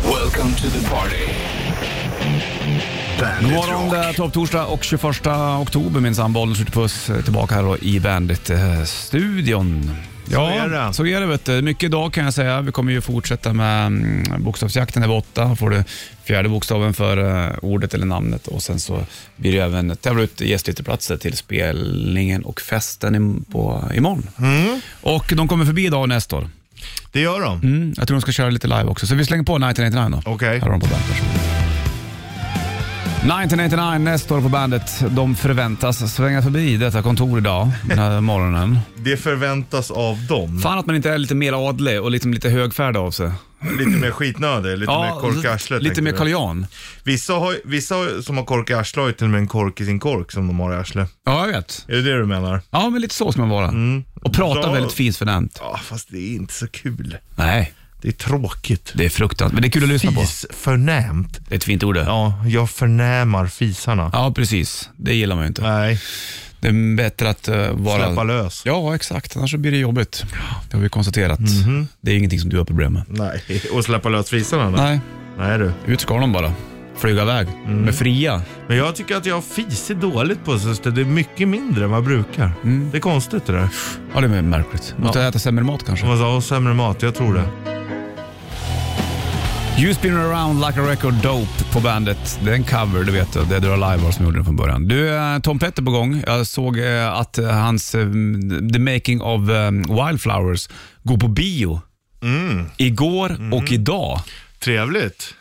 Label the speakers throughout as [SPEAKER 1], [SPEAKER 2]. [SPEAKER 1] Welcome to the party.
[SPEAKER 2] God
[SPEAKER 1] Bandit
[SPEAKER 2] morgon, det
[SPEAKER 1] Rock.
[SPEAKER 2] är topptorsdag och 21 oktober minsann. Bollen skjuter puss eh, tillbaka här då i Bandit-studion. Ja, så
[SPEAKER 3] är det.
[SPEAKER 2] Så är det vet du. Mycket idag kan jag säga. Vi kommer ju fortsätta med mm, bokstavsjakten där borta. Här får du fjärde bokstaven för eh, ordet eller namnet och sen så blir det ju även tävla ut gästlytterplatser till spelningen och festen i, på, imorgon. Och de kommer förbi idag och nästa år.
[SPEAKER 3] Det gör de.
[SPEAKER 2] Mm, jag tror de ska köra lite live också, så vi slänger på 1999 då.
[SPEAKER 3] Okej.
[SPEAKER 2] Här har de på bandet. 1999 nästa år på bandet. De förväntas svänga förbi detta kontor idag, den här morgonen.
[SPEAKER 3] Det förväntas av dem.
[SPEAKER 2] Fan att man inte är lite mer adlig och liksom lite högfärdig av sig.
[SPEAKER 3] Lite mer skitnödig, lite mer kork i arslet.
[SPEAKER 2] lite mer
[SPEAKER 3] tänker du.
[SPEAKER 2] karl
[SPEAKER 3] Vissa, har, vissa har- som har kork i arslet har ju till och med en kork i sin kork som de har i arslet.
[SPEAKER 2] Ja, jag vet.
[SPEAKER 3] Är det det du menar?
[SPEAKER 2] Ja, men lite så ska man vara. Och prata
[SPEAKER 3] Bra.
[SPEAKER 2] väldigt fint förnämt.
[SPEAKER 3] Ja, fast det är inte så kul.
[SPEAKER 2] Nej,
[SPEAKER 3] Det är tråkigt.
[SPEAKER 2] det är fruktansvärt. Men det är kul att lyssna på.
[SPEAKER 3] Fis förnämt.
[SPEAKER 2] Det är ett fint ord det.
[SPEAKER 3] Ja, jag förnämar fisarna.
[SPEAKER 2] Ja, precis. Det gillar man ju inte.
[SPEAKER 3] Nej,
[SPEAKER 2] Det är bättre att eh, vara...
[SPEAKER 3] släppa lös.
[SPEAKER 2] Ja, exakt. Annars så blir det jobbigt. Det har vi konstaterat. Det är ingenting som du har problem med.
[SPEAKER 3] Nej, och släppa lös fisarna då?
[SPEAKER 2] Nej,
[SPEAKER 3] Nej du.
[SPEAKER 2] ut ska de bara. Flyga iväg.
[SPEAKER 3] Mm.
[SPEAKER 2] Med fria.
[SPEAKER 3] Men jag tycker att jag har fisit dåligt på sistone. Det är mycket mindre än vad jag brukar.
[SPEAKER 2] Mm.
[SPEAKER 3] Det är konstigt det där.
[SPEAKER 2] Ja, det är märkligt. Måste äta sämre mat kanske.
[SPEAKER 3] Man sa, "Åh, sämre mat, jag tror det.
[SPEAKER 2] You spin around like a record dope på bandet. Det är en cover, du vet. Det är Dra Live var som gjorde den från början. Du, eh, Tom Petter på gång. Jag såg eh, att eh, hans eh, The Making of eh, Wildflowers går på bio.
[SPEAKER 3] Mm.
[SPEAKER 2] Igår och idag.
[SPEAKER 3] Trevligt.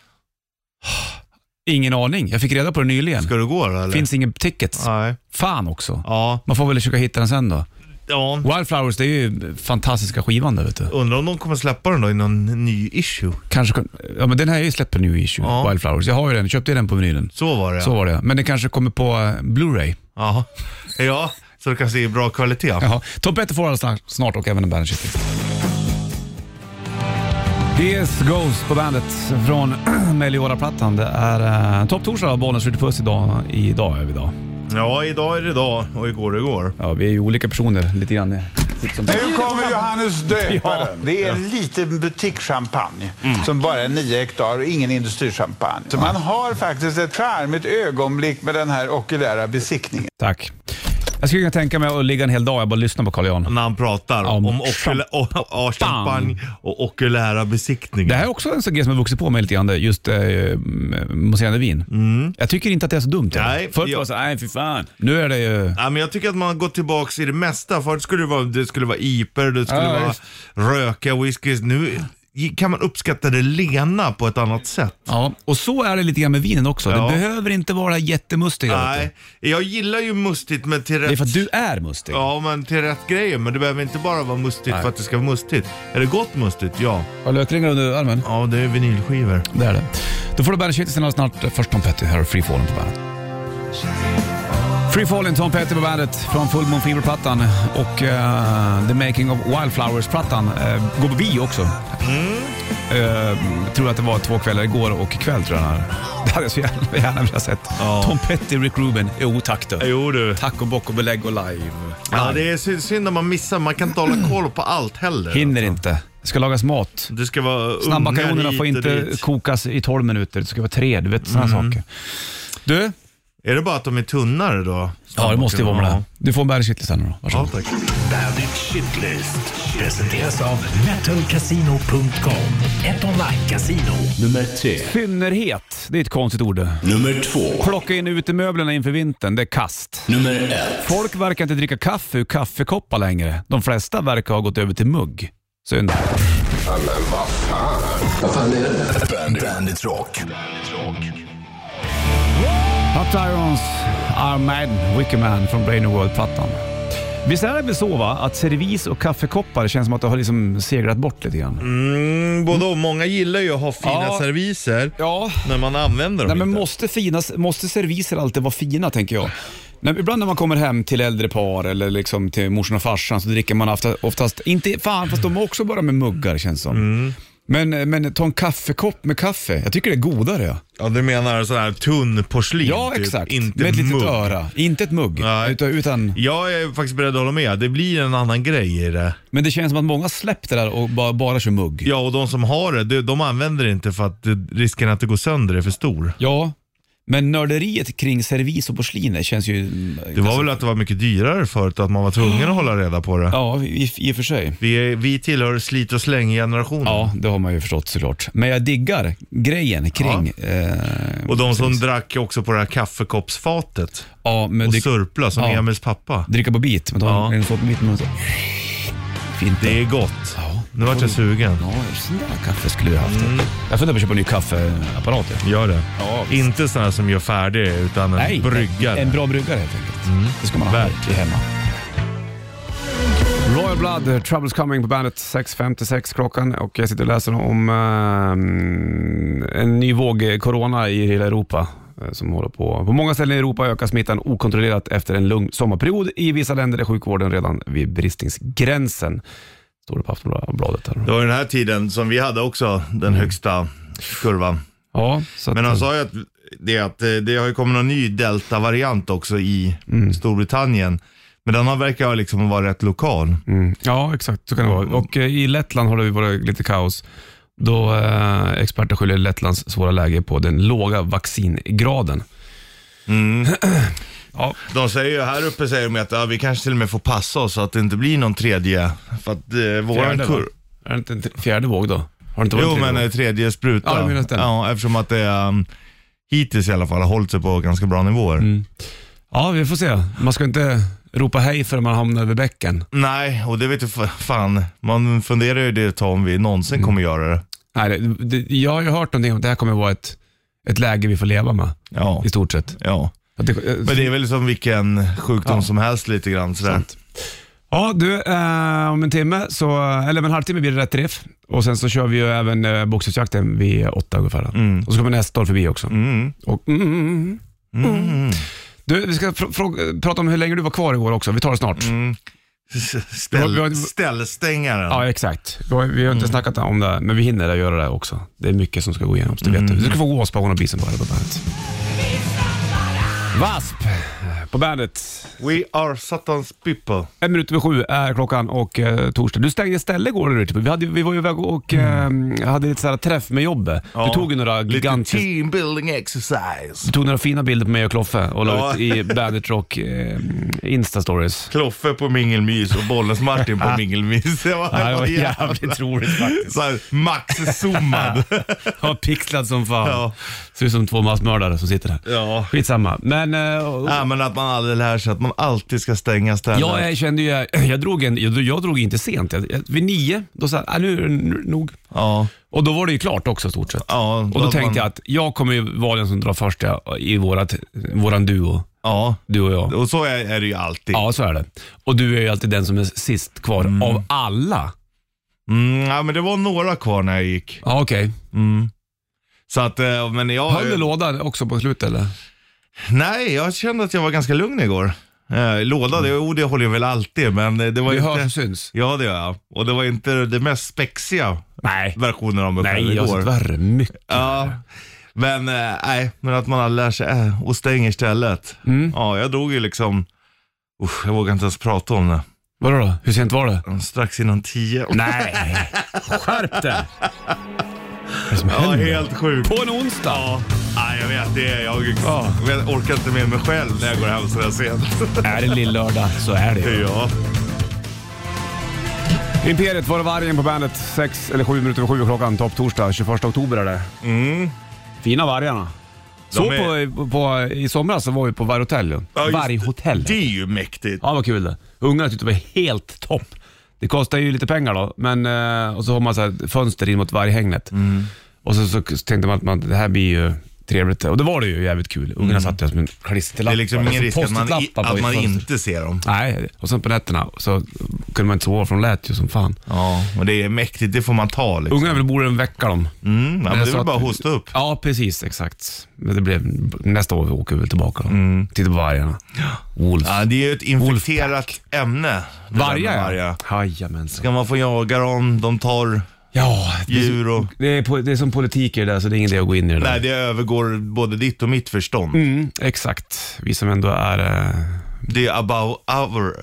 [SPEAKER 2] Ingen aning. Jag fick reda på det nyligen.
[SPEAKER 3] Ska du gå då eller?
[SPEAKER 2] Finns inga tickets.
[SPEAKER 3] Nej.
[SPEAKER 2] Fan också.
[SPEAKER 3] Ja.
[SPEAKER 2] Man får väl försöka hitta den sen
[SPEAKER 3] Mm.
[SPEAKER 2] då.
[SPEAKER 3] ja.
[SPEAKER 2] Wildflowers, det är ju fantastiska skivan där vet du.
[SPEAKER 3] Undrar om de kommer släppa den då i någon ny issue.
[SPEAKER 2] Kanske, kom- ja men den här är ju släppt på New Issue,
[SPEAKER 3] Ja.
[SPEAKER 2] Wildflowers. Jag har ju den, köpte ju den på menyn.
[SPEAKER 3] Så var det
[SPEAKER 2] Så var det Men det kanske kommer på eh, Blu-ray.
[SPEAKER 3] ja. Ja, så du kan se i bra kvalitet.
[SPEAKER 2] Jaha. Tom Petter får alldeles snart, snart och även en bandaget. Yes, Ghost på bandet från Meliora-plattan. Det är eh, topptorsdag, Bollnäs skjuter puss idag. Idag är vi idag.
[SPEAKER 3] Ja, idag är det idag och igår är igår.
[SPEAKER 2] Ja, vi är ju olika personer lite grann. eh, sitt som-
[SPEAKER 4] Nu kommer Johannes döparen. Det är en liten butikschampagne som bara är 9 hektar och ingen industrichampagne. Så man har faktiskt ett charmigt ögonblick med den här okulära besiktningen.
[SPEAKER 2] Tack. Jag skulle kunna tänka mig att ligga en hel dag och bara lyssna på Carl Jan.
[SPEAKER 3] När han pratar
[SPEAKER 2] Om
[SPEAKER 3] om, okula- och- ja, champagne och okulära besiktningar.
[SPEAKER 2] Det här är också en sån grej som har vuxit på mig lite grann, det- just eh, mousserande vin. Jag tycker inte att det är så dumt. det.
[SPEAKER 3] Mm. Nej,
[SPEAKER 2] Förut
[SPEAKER 3] jag-
[SPEAKER 2] var det så, nej fy fan. Nu är det ju...
[SPEAKER 3] Ja, men jag tycker att man har gått tillbaks i det mesta. Förut skulle det vara, det skulle vara IPer, det skulle
[SPEAKER 2] Ja,
[SPEAKER 3] vara
[SPEAKER 2] visst.
[SPEAKER 3] röka whiskys. Nu kan man uppskatta det lena på ett annat sätt.
[SPEAKER 2] Ja, och så är det lite grann med vinen också.
[SPEAKER 3] Ja.
[SPEAKER 2] Det behöver inte vara jättemustiga. vet du.
[SPEAKER 3] Nej, jag gillar ju mustigt men till
[SPEAKER 2] Det är
[SPEAKER 3] rätt,
[SPEAKER 2] för att du är mustig.
[SPEAKER 3] ja, men till rätt grejer. Men det behöver inte bara vara mustigt för att det ska vara mustigt. Är det gott mustigt? Ja.
[SPEAKER 2] Har lökringar under armen?
[SPEAKER 3] Ja, det är vinylskivor.
[SPEAKER 2] Det är det. Då får du bandet Kittelsen och snart först Tom Petty. Här har Free Fallen på bandet. Free Fallen, Tom Petty på bandet från Full Moon Fever-plattan och eh, The Making of Wildflowers-plattan. Uh, går på bio också.
[SPEAKER 3] Mm.
[SPEAKER 2] Eh, tror att det var två kvällar igår och ikväll tror jag den här. Det hade jag så gärna, gärna velat sett.
[SPEAKER 3] Ja.
[SPEAKER 2] Tom Petty, Rick Rubin. Jo tack du.
[SPEAKER 3] Jo du.
[SPEAKER 2] Tack och bock och belägg och live.
[SPEAKER 3] Ja, det är synd- synd om man missar. Man kan inte hålla koll på allt heller.
[SPEAKER 2] Hinner inte. Det ska lagas mat.
[SPEAKER 3] Det ska vara
[SPEAKER 2] Snabba
[SPEAKER 3] ungar
[SPEAKER 2] makaronerna
[SPEAKER 3] hit
[SPEAKER 2] får
[SPEAKER 3] och
[SPEAKER 2] inte
[SPEAKER 3] dit. Mm.
[SPEAKER 2] kokas i 12 minuter. Det ska vara tre, du vet sådana saker. Du?
[SPEAKER 3] Är det bara att de är tunnare då?
[SPEAKER 2] Ja, det måste ju vara med det. här. Du får en bärgkittel sen då.
[SPEAKER 3] Ja,
[SPEAKER 2] Varsågod.
[SPEAKER 3] tack.
[SPEAKER 1] Bandit Shitlist. Presenteras av
[SPEAKER 5] metalcasino.com. Ett online-casino.
[SPEAKER 1] nummer tre.
[SPEAKER 2] Fynnerhet, det är ett konstigt ord.
[SPEAKER 1] Nummer två.
[SPEAKER 2] Plocka in utemöblerna inför vintern, det är kast.
[SPEAKER 1] Nummer ett.
[SPEAKER 2] Folk verkar inte dricka kaffe ur kaffekoppar längre. De flesta verkar ha gått över till mugg. Synd.
[SPEAKER 1] Bandit, Bandit Rock.
[SPEAKER 2] Hot Irons, Our Man, Wicked Man från Brain World-plattan. Visst är det väl så va, att servis och kaffekoppar känns som att det har liksom segrat bort lite grann?
[SPEAKER 3] Mm, både och. Många gillar ju att ha fina
[SPEAKER 2] Ja.
[SPEAKER 3] serviser
[SPEAKER 2] Ja,
[SPEAKER 3] när man använder
[SPEAKER 2] Nej,
[SPEAKER 3] dem
[SPEAKER 2] men
[SPEAKER 3] inte.
[SPEAKER 2] måste, finas, måste serviser alltid vara fina, tänker jag. När, ibland när man kommer hem till äldre par eller liksom
[SPEAKER 3] Mm.
[SPEAKER 2] till morsan och farsan så dricker man ofta- oftast, inte fan, fast de har också bara med muggar känns som. Men, men ta en kaffekopp med kaffe. Jag tycker det är godare. Ja,
[SPEAKER 3] Ja, du menar sån här tunn porslin?
[SPEAKER 2] ja
[SPEAKER 3] typ,
[SPEAKER 2] exakt.
[SPEAKER 3] Inte
[SPEAKER 2] med ett litet
[SPEAKER 3] mugg.
[SPEAKER 2] öra. Inte ett mugg.
[SPEAKER 3] Nej.
[SPEAKER 2] Utan, utan,
[SPEAKER 3] Jag är faktiskt beredd att hålla med. Det blir en annan grej i det.
[SPEAKER 2] men det känns som att många släppt det där och bara, bara kör mugg.
[SPEAKER 3] Ja, och de som har det, de- de använder det inte för att eh, risken att det går sönder är för stor.
[SPEAKER 2] Ja, men nörderiet kring servis och porsliner känns ju... mm,
[SPEAKER 3] Det var
[SPEAKER 2] ganska-
[SPEAKER 3] väl att det var mycket dyrare förut, att man var tvungen att hålla reda på det.
[SPEAKER 2] Ja, i, i och för sig.
[SPEAKER 3] Vi, är, vi tillhör slit och släng-generationen.
[SPEAKER 2] Ja, det har man ju förstått såklart. Men jag diggar grejen kring... Ja, eh,
[SPEAKER 3] Och de som drack också på det här kaffekoppsfatet
[SPEAKER 2] ja men
[SPEAKER 3] och
[SPEAKER 2] drick,
[SPEAKER 3] sörpla som
[SPEAKER 2] Ja.
[SPEAKER 3] Emils pappa.
[SPEAKER 2] dricka på bit. Men ta
[SPEAKER 3] Ja.
[SPEAKER 2] en sån bit med så. Fint.
[SPEAKER 3] Det är gott.
[SPEAKER 2] Ja.
[SPEAKER 3] Nu vart jag sugen. Mm.
[SPEAKER 2] Ja, sån där kaffe skulle jag haft. Jag funderar på att köpa en ny kaffeapparat. ja.
[SPEAKER 3] Gör det.
[SPEAKER 2] Ja, visst.
[SPEAKER 3] inte sådana som gör färdig utan en
[SPEAKER 2] Nej,
[SPEAKER 3] bryggare.
[SPEAKER 2] en bra bryggare helt enkelt. Det ska man ha
[SPEAKER 3] Verkligen.
[SPEAKER 2] hemma. Royal Blood, Troubles Coming på bandet 6.56 klockan och jag sitter och läser om eh, en ny våg corona i hela Europa eh, som håller på. På många ställen i Europa ökar smittan okontrollerat efter en lugn sommarperiod. I vissa länder är sjukvården redan vid bristningsgränsen. Står det på Aftonbladet här.
[SPEAKER 3] Det var ju den här tiden som vi hade också den
[SPEAKER 2] Mm.
[SPEAKER 3] högsta kurvan.
[SPEAKER 2] Ja, så att, eh,
[SPEAKER 3] Men alltså, han sa ju att det, att eh, det har ju kommit någon ny delta-variant också i
[SPEAKER 2] Mm.
[SPEAKER 3] Storbritannien. Men den har verkar ha liksom vara rätt lokal.
[SPEAKER 2] Mm. Ja, exakt. Så kan det vara.
[SPEAKER 3] Mm.
[SPEAKER 2] Och eh, i Lettland har det ju varit lite kaos. Då eh, experter skyller Lettlands svåra läge på den låga vaccingraden.
[SPEAKER 3] Mm.
[SPEAKER 2] ja.
[SPEAKER 3] De säger ju här uppe säger de att ja, vi kanske till och med får passa oss så att det inte blir någon tredje. För att eh, våran
[SPEAKER 2] Fjärde,
[SPEAKER 3] kurva...
[SPEAKER 2] va? Är det inte en t- fjärde våg då? Har det inte varit
[SPEAKER 3] Jo
[SPEAKER 2] en tredje
[SPEAKER 3] men eh,
[SPEAKER 2] våg?
[SPEAKER 3] tredje spruta.
[SPEAKER 2] Ja, du menar den.
[SPEAKER 3] ja, eftersom att det um, hittills i alla fall har hållit sig på ganska bra nivåer.
[SPEAKER 2] Mm. Ja, vi får se. Man ska inte ropa hej förrän man hamnar över bäcken.
[SPEAKER 3] Nej, och det vet du fa- fan. Man funderar ju det ett tag om vi någonsin
[SPEAKER 2] Mm.
[SPEAKER 3] kommer göra det.
[SPEAKER 2] Nej, det, det, jag har ju hört någonting om att det här kommer vara ett, ett läge vi får leva med,
[SPEAKER 3] Ja.
[SPEAKER 2] i stort sett.
[SPEAKER 3] ja.
[SPEAKER 2] Att det-
[SPEAKER 3] Men det är väl som vilken sjukdom
[SPEAKER 2] Ja.
[SPEAKER 3] som helst lite grann sådär.
[SPEAKER 2] Sant. Ja, du, eh, om en timme, så, eller om en halvtimme blir det rätt träff. Och sen så kör vi ju även eh, boxningsjakten vid åtta ungefär. Och så kommer nästa år förbi också.
[SPEAKER 3] Mm.
[SPEAKER 2] Och, mm, mm, mm.
[SPEAKER 3] Mm.
[SPEAKER 2] Du, vi ska fr- fråga- prata om hur länge du var kvar igår också. Vi tar det snart.
[SPEAKER 3] Mm.
[SPEAKER 2] Vi har- vi
[SPEAKER 3] Ställ,
[SPEAKER 2] har-
[SPEAKER 3] ställstängaren.
[SPEAKER 2] Ja, exakt. Vi har, vi har
[SPEAKER 3] Mm.
[SPEAKER 2] inte snackat om det, men vi hinner göra det också. Det är mycket som ska gå igenom, så det vet
[SPEAKER 3] Mm.
[SPEAKER 2] du. Du ska få Wasp av One of Beasen på här på bandet. Wasp eh, på bandet.
[SPEAKER 3] We are Satans people.
[SPEAKER 2] En minut över sju är klockan och eh, torsdag. Du stängde ställe igår. du, Typ. Vi, hade, vi var ju iväg och eh, hade lite så här träff med jobbet. Du tog ju några
[SPEAKER 3] Lite
[SPEAKER 2] gigantiska...
[SPEAKER 3] team building exercise.
[SPEAKER 2] Du tog några fina bilder på mig och Kloffe och la
[SPEAKER 3] Ja.
[SPEAKER 2] ut i Bandit Rock eh, Insta-stories.
[SPEAKER 3] Kloffe på mingelmys och Bollens-Martin på mingelmys. Det
[SPEAKER 2] Ja, det var
[SPEAKER 3] jävla-
[SPEAKER 2] jävligt roligt faktiskt.
[SPEAKER 3] Så här, max-zoomad.
[SPEAKER 2] Jag var pixlad som fan.
[SPEAKER 3] Ja.
[SPEAKER 2] Ser ut som två massmördare som sitter där.
[SPEAKER 3] ja.
[SPEAKER 2] Skitsamma. Men eh,
[SPEAKER 3] ja, men att man aldrig lär sig att man alltid ska stänga ställen.
[SPEAKER 2] jag eh, kände ju, jag drog, en, jag, drog- jag drog inte sent. Jag, jag- vid nio, då sa jag, "Ah, nu är det n- nog.
[SPEAKER 3] Ja.
[SPEAKER 2] Och då var det ju klart också i stort sett.
[SPEAKER 3] Ja,
[SPEAKER 2] Och då
[SPEAKER 3] att
[SPEAKER 2] tänkte
[SPEAKER 3] man-
[SPEAKER 2] jag att jag kommer ju vara den som drar först ja, i vårat, våran duo.
[SPEAKER 3] Ja,
[SPEAKER 2] Du och jag.
[SPEAKER 3] och så är, är det ju alltid.
[SPEAKER 2] Ja, så är det. Och du är ju alltid den som är sist kvar av alla.
[SPEAKER 3] Mm, ja, men det var några kvar när jag gick.
[SPEAKER 2] Ja, okej.
[SPEAKER 3] Så att, eh, men jag...
[SPEAKER 2] Höll du lådan också på slutet eller?
[SPEAKER 3] Nej, jag kände att jag var ganska lugn igår. Eh, Låda, det, jo, det håller jag väl alltid, men eh, det var
[SPEAKER 2] Mm. Du
[SPEAKER 3] inte...
[SPEAKER 2] hörs och syns.
[SPEAKER 3] Ja, det gör jag. Och det var inte det mest spexiga
[SPEAKER 2] Nej.
[SPEAKER 3] versionen av mig själv
[SPEAKER 2] Nej, alltså, jag har
[SPEAKER 3] igår.
[SPEAKER 2] sett värre. Mycket.
[SPEAKER 3] Ja, men eh, nej, men att man lär sig eh, och stänger istället.
[SPEAKER 2] Mm.
[SPEAKER 3] Ja, jag drog ju liksom, usch, jag vågar inte ens prata om det.
[SPEAKER 2] Vadå då? Hur sent var det?
[SPEAKER 3] Strax innan tio.
[SPEAKER 2] Nej. Skärp dig. Vad är det som
[SPEAKER 3] Ja,
[SPEAKER 2] händer?
[SPEAKER 3] helt sjukt.
[SPEAKER 2] På en onsdag?
[SPEAKER 3] Ja, nej, jag vet det. Jag,
[SPEAKER 2] Ja.
[SPEAKER 3] jag orkar inte med mig själv när jag går hem sådär sent.
[SPEAKER 2] Är det lill-lördag så är det
[SPEAKER 3] ja.
[SPEAKER 2] Imperiet var det vargen på bandet. sex eller sju minuter över sju klockan. Topp torsdag 21 oktober är det. Fina vargarna. Så
[SPEAKER 3] Mm. är-
[SPEAKER 2] på, på, I somras så var vi på varghotell. ju.
[SPEAKER 3] Ja, just det.
[SPEAKER 2] Varghotell.
[SPEAKER 3] Det är ju mäktigt.
[SPEAKER 2] Ja, vad kul det. Ungarna tyckte det var helt topp. Det kostar ju lite pengar då, men, eh, och så har man så här fönster in mot varghägnet.
[SPEAKER 3] Mm.
[SPEAKER 2] Och så, så tänkte man att man, det här blir ju trevligt. Och det var det ju jävligt kul. Ungarna satt ju som en
[SPEAKER 3] Mm. Det
[SPEAKER 2] klisterlappar.
[SPEAKER 3] är liksom ingen
[SPEAKER 2] Som
[SPEAKER 3] risk att man, i-
[SPEAKER 2] post-it-lappar på
[SPEAKER 3] att
[SPEAKER 2] i
[SPEAKER 3] man
[SPEAKER 2] fönstret.
[SPEAKER 3] inte ser dem.
[SPEAKER 2] Nej, och sen på nätterna så kunde man inte sova för de lät ju som fan.
[SPEAKER 3] Ja, och det är mäktigt. Det får man ta liksom.
[SPEAKER 2] Ungarna ville bo en vecka dem.
[SPEAKER 3] Mm, ja, men
[SPEAKER 2] jag
[SPEAKER 3] det är
[SPEAKER 2] sa
[SPEAKER 3] väl bara att
[SPEAKER 2] att-
[SPEAKER 3] hosta upp.
[SPEAKER 2] Ja, precis. Exakt. Men det blev, nästa år åker vi väl tillbaka då. Titta på vargarna. Wolf.
[SPEAKER 3] Mm. Ja, det är ju ett infekterat ämne. det där med
[SPEAKER 2] Vargar
[SPEAKER 3] vargar.
[SPEAKER 2] ja. Jajamensan.
[SPEAKER 3] Ska man få jaga dem, de tar
[SPEAKER 2] Ja, det,
[SPEAKER 3] Djur och...
[SPEAKER 2] det, är, po- det är som politik i det där, så det är ingen idé att gå in i det där.
[SPEAKER 3] Nej, det övergår både ditt och mitt förstånd.
[SPEAKER 2] Mm, exakt. Vi som ändå är... eh,
[SPEAKER 3] Det är above our,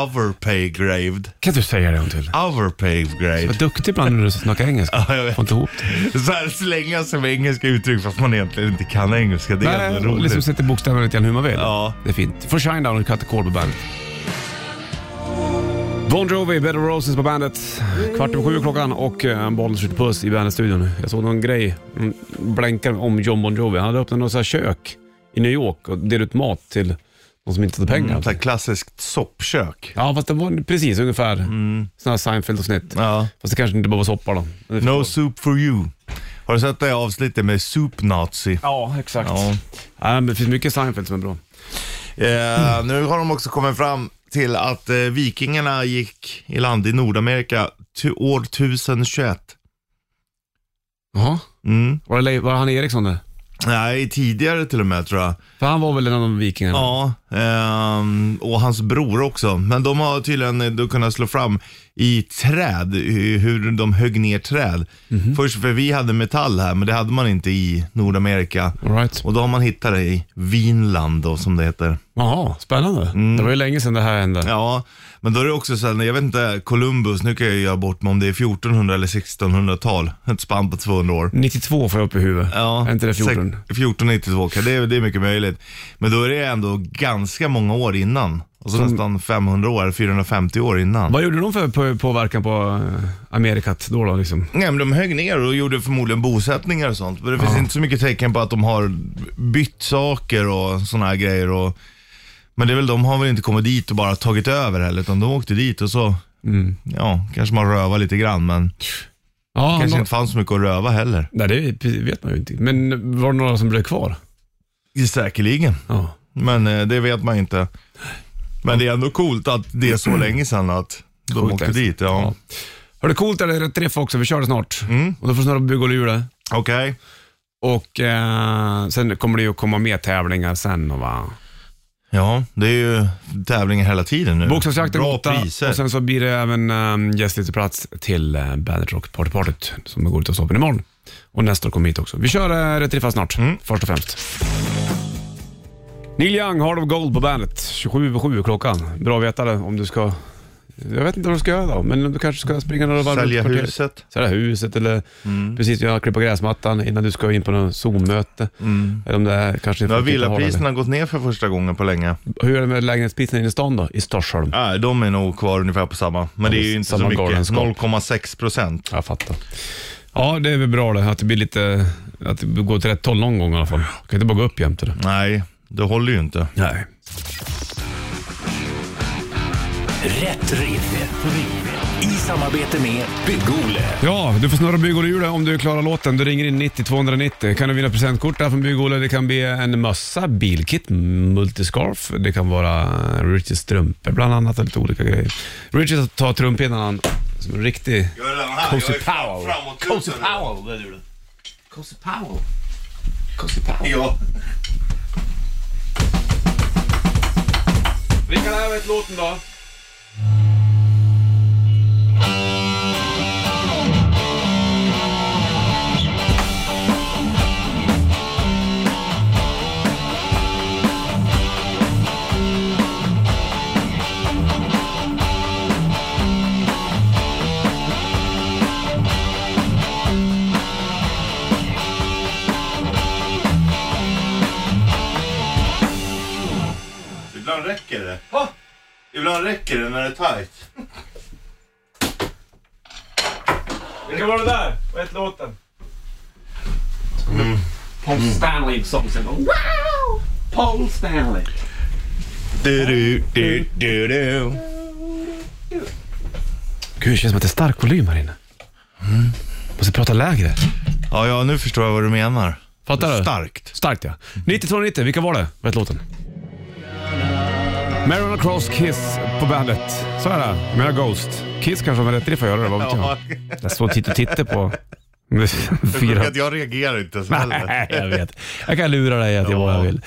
[SPEAKER 3] our pay grade.
[SPEAKER 2] Kan du säga det en till?
[SPEAKER 3] Our pay grade.
[SPEAKER 2] Vad duktig ibland när du snackar engelska.
[SPEAKER 3] Ja, jag vet.
[SPEAKER 2] Får inte ihop det.
[SPEAKER 3] Så här slänga sig med engelska uttryck fast man egentligen inte kan engelska. Det är
[SPEAKER 2] Nej,
[SPEAKER 3] ändå roligt.
[SPEAKER 2] liksom sätter bokstäverna lite grann hur man vill.
[SPEAKER 3] Ja.
[SPEAKER 2] Det är fint. Från Shinedown och Katte Kål på bandet. Bon Jovi, Better Roses på bandet. Kvart över sju klockan och eh, en boll skjuter puss i bandetstudion. Jag såg någon grej, mm, blänkar om John Bon Jovi. Han hade öppnat något så här kök i New York och delat ut mat till de som inte hade pengar.
[SPEAKER 3] Så här klassiskt soppkök.
[SPEAKER 2] Ja, fast det var precis ungefär mm. sån här Seinfeld och snitt.
[SPEAKER 3] Ja.
[SPEAKER 2] Fast det kanske inte bara var soppa då. Men det-
[SPEAKER 3] No soup for you. Har du sett det här avsnittet med Soup Nazi?
[SPEAKER 2] Ja, exakt.
[SPEAKER 3] Ja.
[SPEAKER 2] Ja, men det finns mycket Seinfeld som är bra.
[SPEAKER 3] Eh, nu har de också kommit fram till att eh, vikingarna gick i land i Nordamerika till år 1021.
[SPEAKER 2] Jaha.
[SPEAKER 3] Mm.
[SPEAKER 2] Var, det, Le- var det han Eriksson det?
[SPEAKER 3] Nej, tidigare till och med tror jag.
[SPEAKER 2] För han var väl en av de vikingarna?
[SPEAKER 3] Ja, ehm, och hans bror också. Men de har tydligen eh, då kunnat slå fram i träd, hu- hur de högg ner träd. Först för vi hade metall här, men det hade man inte i Nordamerika.
[SPEAKER 2] All right.
[SPEAKER 3] Och då har man hittat det i Vinland då, som det heter.
[SPEAKER 2] Jaha, spännande. Det var ju länge sedan det här hände.
[SPEAKER 3] Mm. Ja, men då är det också så här, jag vet inte, Columbus, nu kan jag göra bort mig om det är 1400 eller 1600-tal. Ett spann på 200 år.
[SPEAKER 2] 92 får jag upp i huvudet.
[SPEAKER 3] Ja,
[SPEAKER 2] är inte det 14?
[SPEAKER 3] sex- 1492, det är, det är mycket möjligt. Men då är det ändå ganska många år innan. Och så nästan 500 år, 450 år innan.
[SPEAKER 2] Vad gjorde de för på- påverkan på eh, Amerikat då? då liksom?
[SPEAKER 3] Nej men de högg ner och gjorde förmodligen bosättningar och sånt. Men det finns inte så mycket tecken på att de har bytt saker och sådana här grejer. Och, men det är väl, de har väl inte kommit dit och bara tagit över heller, utan de åkte dit och så,
[SPEAKER 2] Mm.
[SPEAKER 3] ja, kanske man rövar lite grann men
[SPEAKER 2] Ja,
[SPEAKER 3] kanske
[SPEAKER 2] nå-
[SPEAKER 3] inte fanns så mycket att röva heller.
[SPEAKER 2] Nej, det är- vet man ju inte. Men var det några som blev kvar?
[SPEAKER 3] Säkerligen.
[SPEAKER 2] Ja.
[SPEAKER 3] Men eh, det vet man inte. Men det är ändå coolt att det är så länge sedan att de
[SPEAKER 2] Sjukt
[SPEAKER 3] åkte
[SPEAKER 2] alltså.
[SPEAKER 3] dit. Ja.
[SPEAKER 2] Har du coolt är det rätt träff också. Vi kör det snart.
[SPEAKER 3] Mm.
[SPEAKER 2] Och då får du snurra på bygg och lura.
[SPEAKER 3] Okej.
[SPEAKER 2] Och eh, sen kommer det ju att komma mer tävlingar sen. och Va?
[SPEAKER 3] Ja, det är ju tävlingar hela tiden nu.
[SPEAKER 2] Bokstavsjakten
[SPEAKER 3] Bra
[SPEAKER 2] åtta,
[SPEAKER 3] priser.
[SPEAKER 2] och sen så blir det även um, gästlistplats till uh, Bandet Rock Partypartyt som går ut av stapeln imorgon. Och nästa år kommer hit också. Vi kör uh, Rätt Riffa snart,
[SPEAKER 3] Mm.
[SPEAKER 2] först och främst. Neil Young, Heart of Gold på bandet. 27 över 7 klockan. Bra vetare om du ska... Jag vet inte vad du ska göra då, men du kanske ska springa några varv
[SPEAKER 3] Sälja
[SPEAKER 2] runt kvarteret.
[SPEAKER 3] huset. Mm.
[SPEAKER 2] Sälja huset eller precis göra klippa gräsmattan innan du ska in på något Zoom-möte. Eller om det är kanske inte folk inte
[SPEAKER 3] Nu har
[SPEAKER 2] har det.
[SPEAKER 3] Mm. villapriserna gått ner för första gången på länge.
[SPEAKER 2] Hur är det med lägenhetspriserna inne i stan då? I Stockholm?
[SPEAKER 3] Nej, de är nog kvar ungefär på samma. Men det är ju inte så
[SPEAKER 2] samma
[SPEAKER 3] mycket.
[SPEAKER 2] galenskap.
[SPEAKER 3] 0,6 procent.
[SPEAKER 2] Jag fattar. Ja, det är väl bra det. Att det blir lite... Att det går åt rätt håll någon gång i alla fall. Jag kan inte bara gå upp jämte det.
[SPEAKER 3] Nej, det håller ju inte.
[SPEAKER 2] Nej.
[SPEAKER 5] Rätt riff. Rätt riff. I samarbete med Bygg-Ole.
[SPEAKER 2] Ja, du får snurra bygg Ole om du klarar låten. Du ringer in 90 290. Kan du vinna presentkort där från bygg Ole. Det kan bli en mössa, bilkit, multiscarf. Det kan vara Richies strumpor bland annat. och Lite olika grejer. Richie tar trumpinnen han som en riktig... Cozy Powell.
[SPEAKER 3] Cozy Powell, det du. Cozy Powell. Cozy Powell. Ja.
[SPEAKER 2] Vi kan lära ut låten då.
[SPEAKER 3] Ibland räcker det. Ibland räcker det när det är tajt.
[SPEAKER 2] Det kan vara det där och ett låten. Paul Stanley sång sen. Wow! Paul Stanley.
[SPEAKER 3] Du, du, du, du, du.
[SPEAKER 2] Gud, det känns som att det är stark volym här inne. Mm. Måste prata lägre.
[SPEAKER 3] Ja, ja, nu förstår jag vad du menar.
[SPEAKER 2] Fattar du?
[SPEAKER 3] Starkt.
[SPEAKER 2] Starkt ja. 9290, vilka var det? Vad hette låten? Marilyn Cross Kiss på bandet. Så är det. Mera Ghost. Kiss kanske var rätt riff att göra det, vad vet jag.
[SPEAKER 3] Ja.
[SPEAKER 2] Jag står och tittar tittar på...
[SPEAKER 3] Jag,
[SPEAKER 2] Fyra.
[SPEAKER 3] att jag reagerar inte så heller.
[SPEAKER 2] Nej, jag vet. Jag kan lura dig att det är vad jag vill.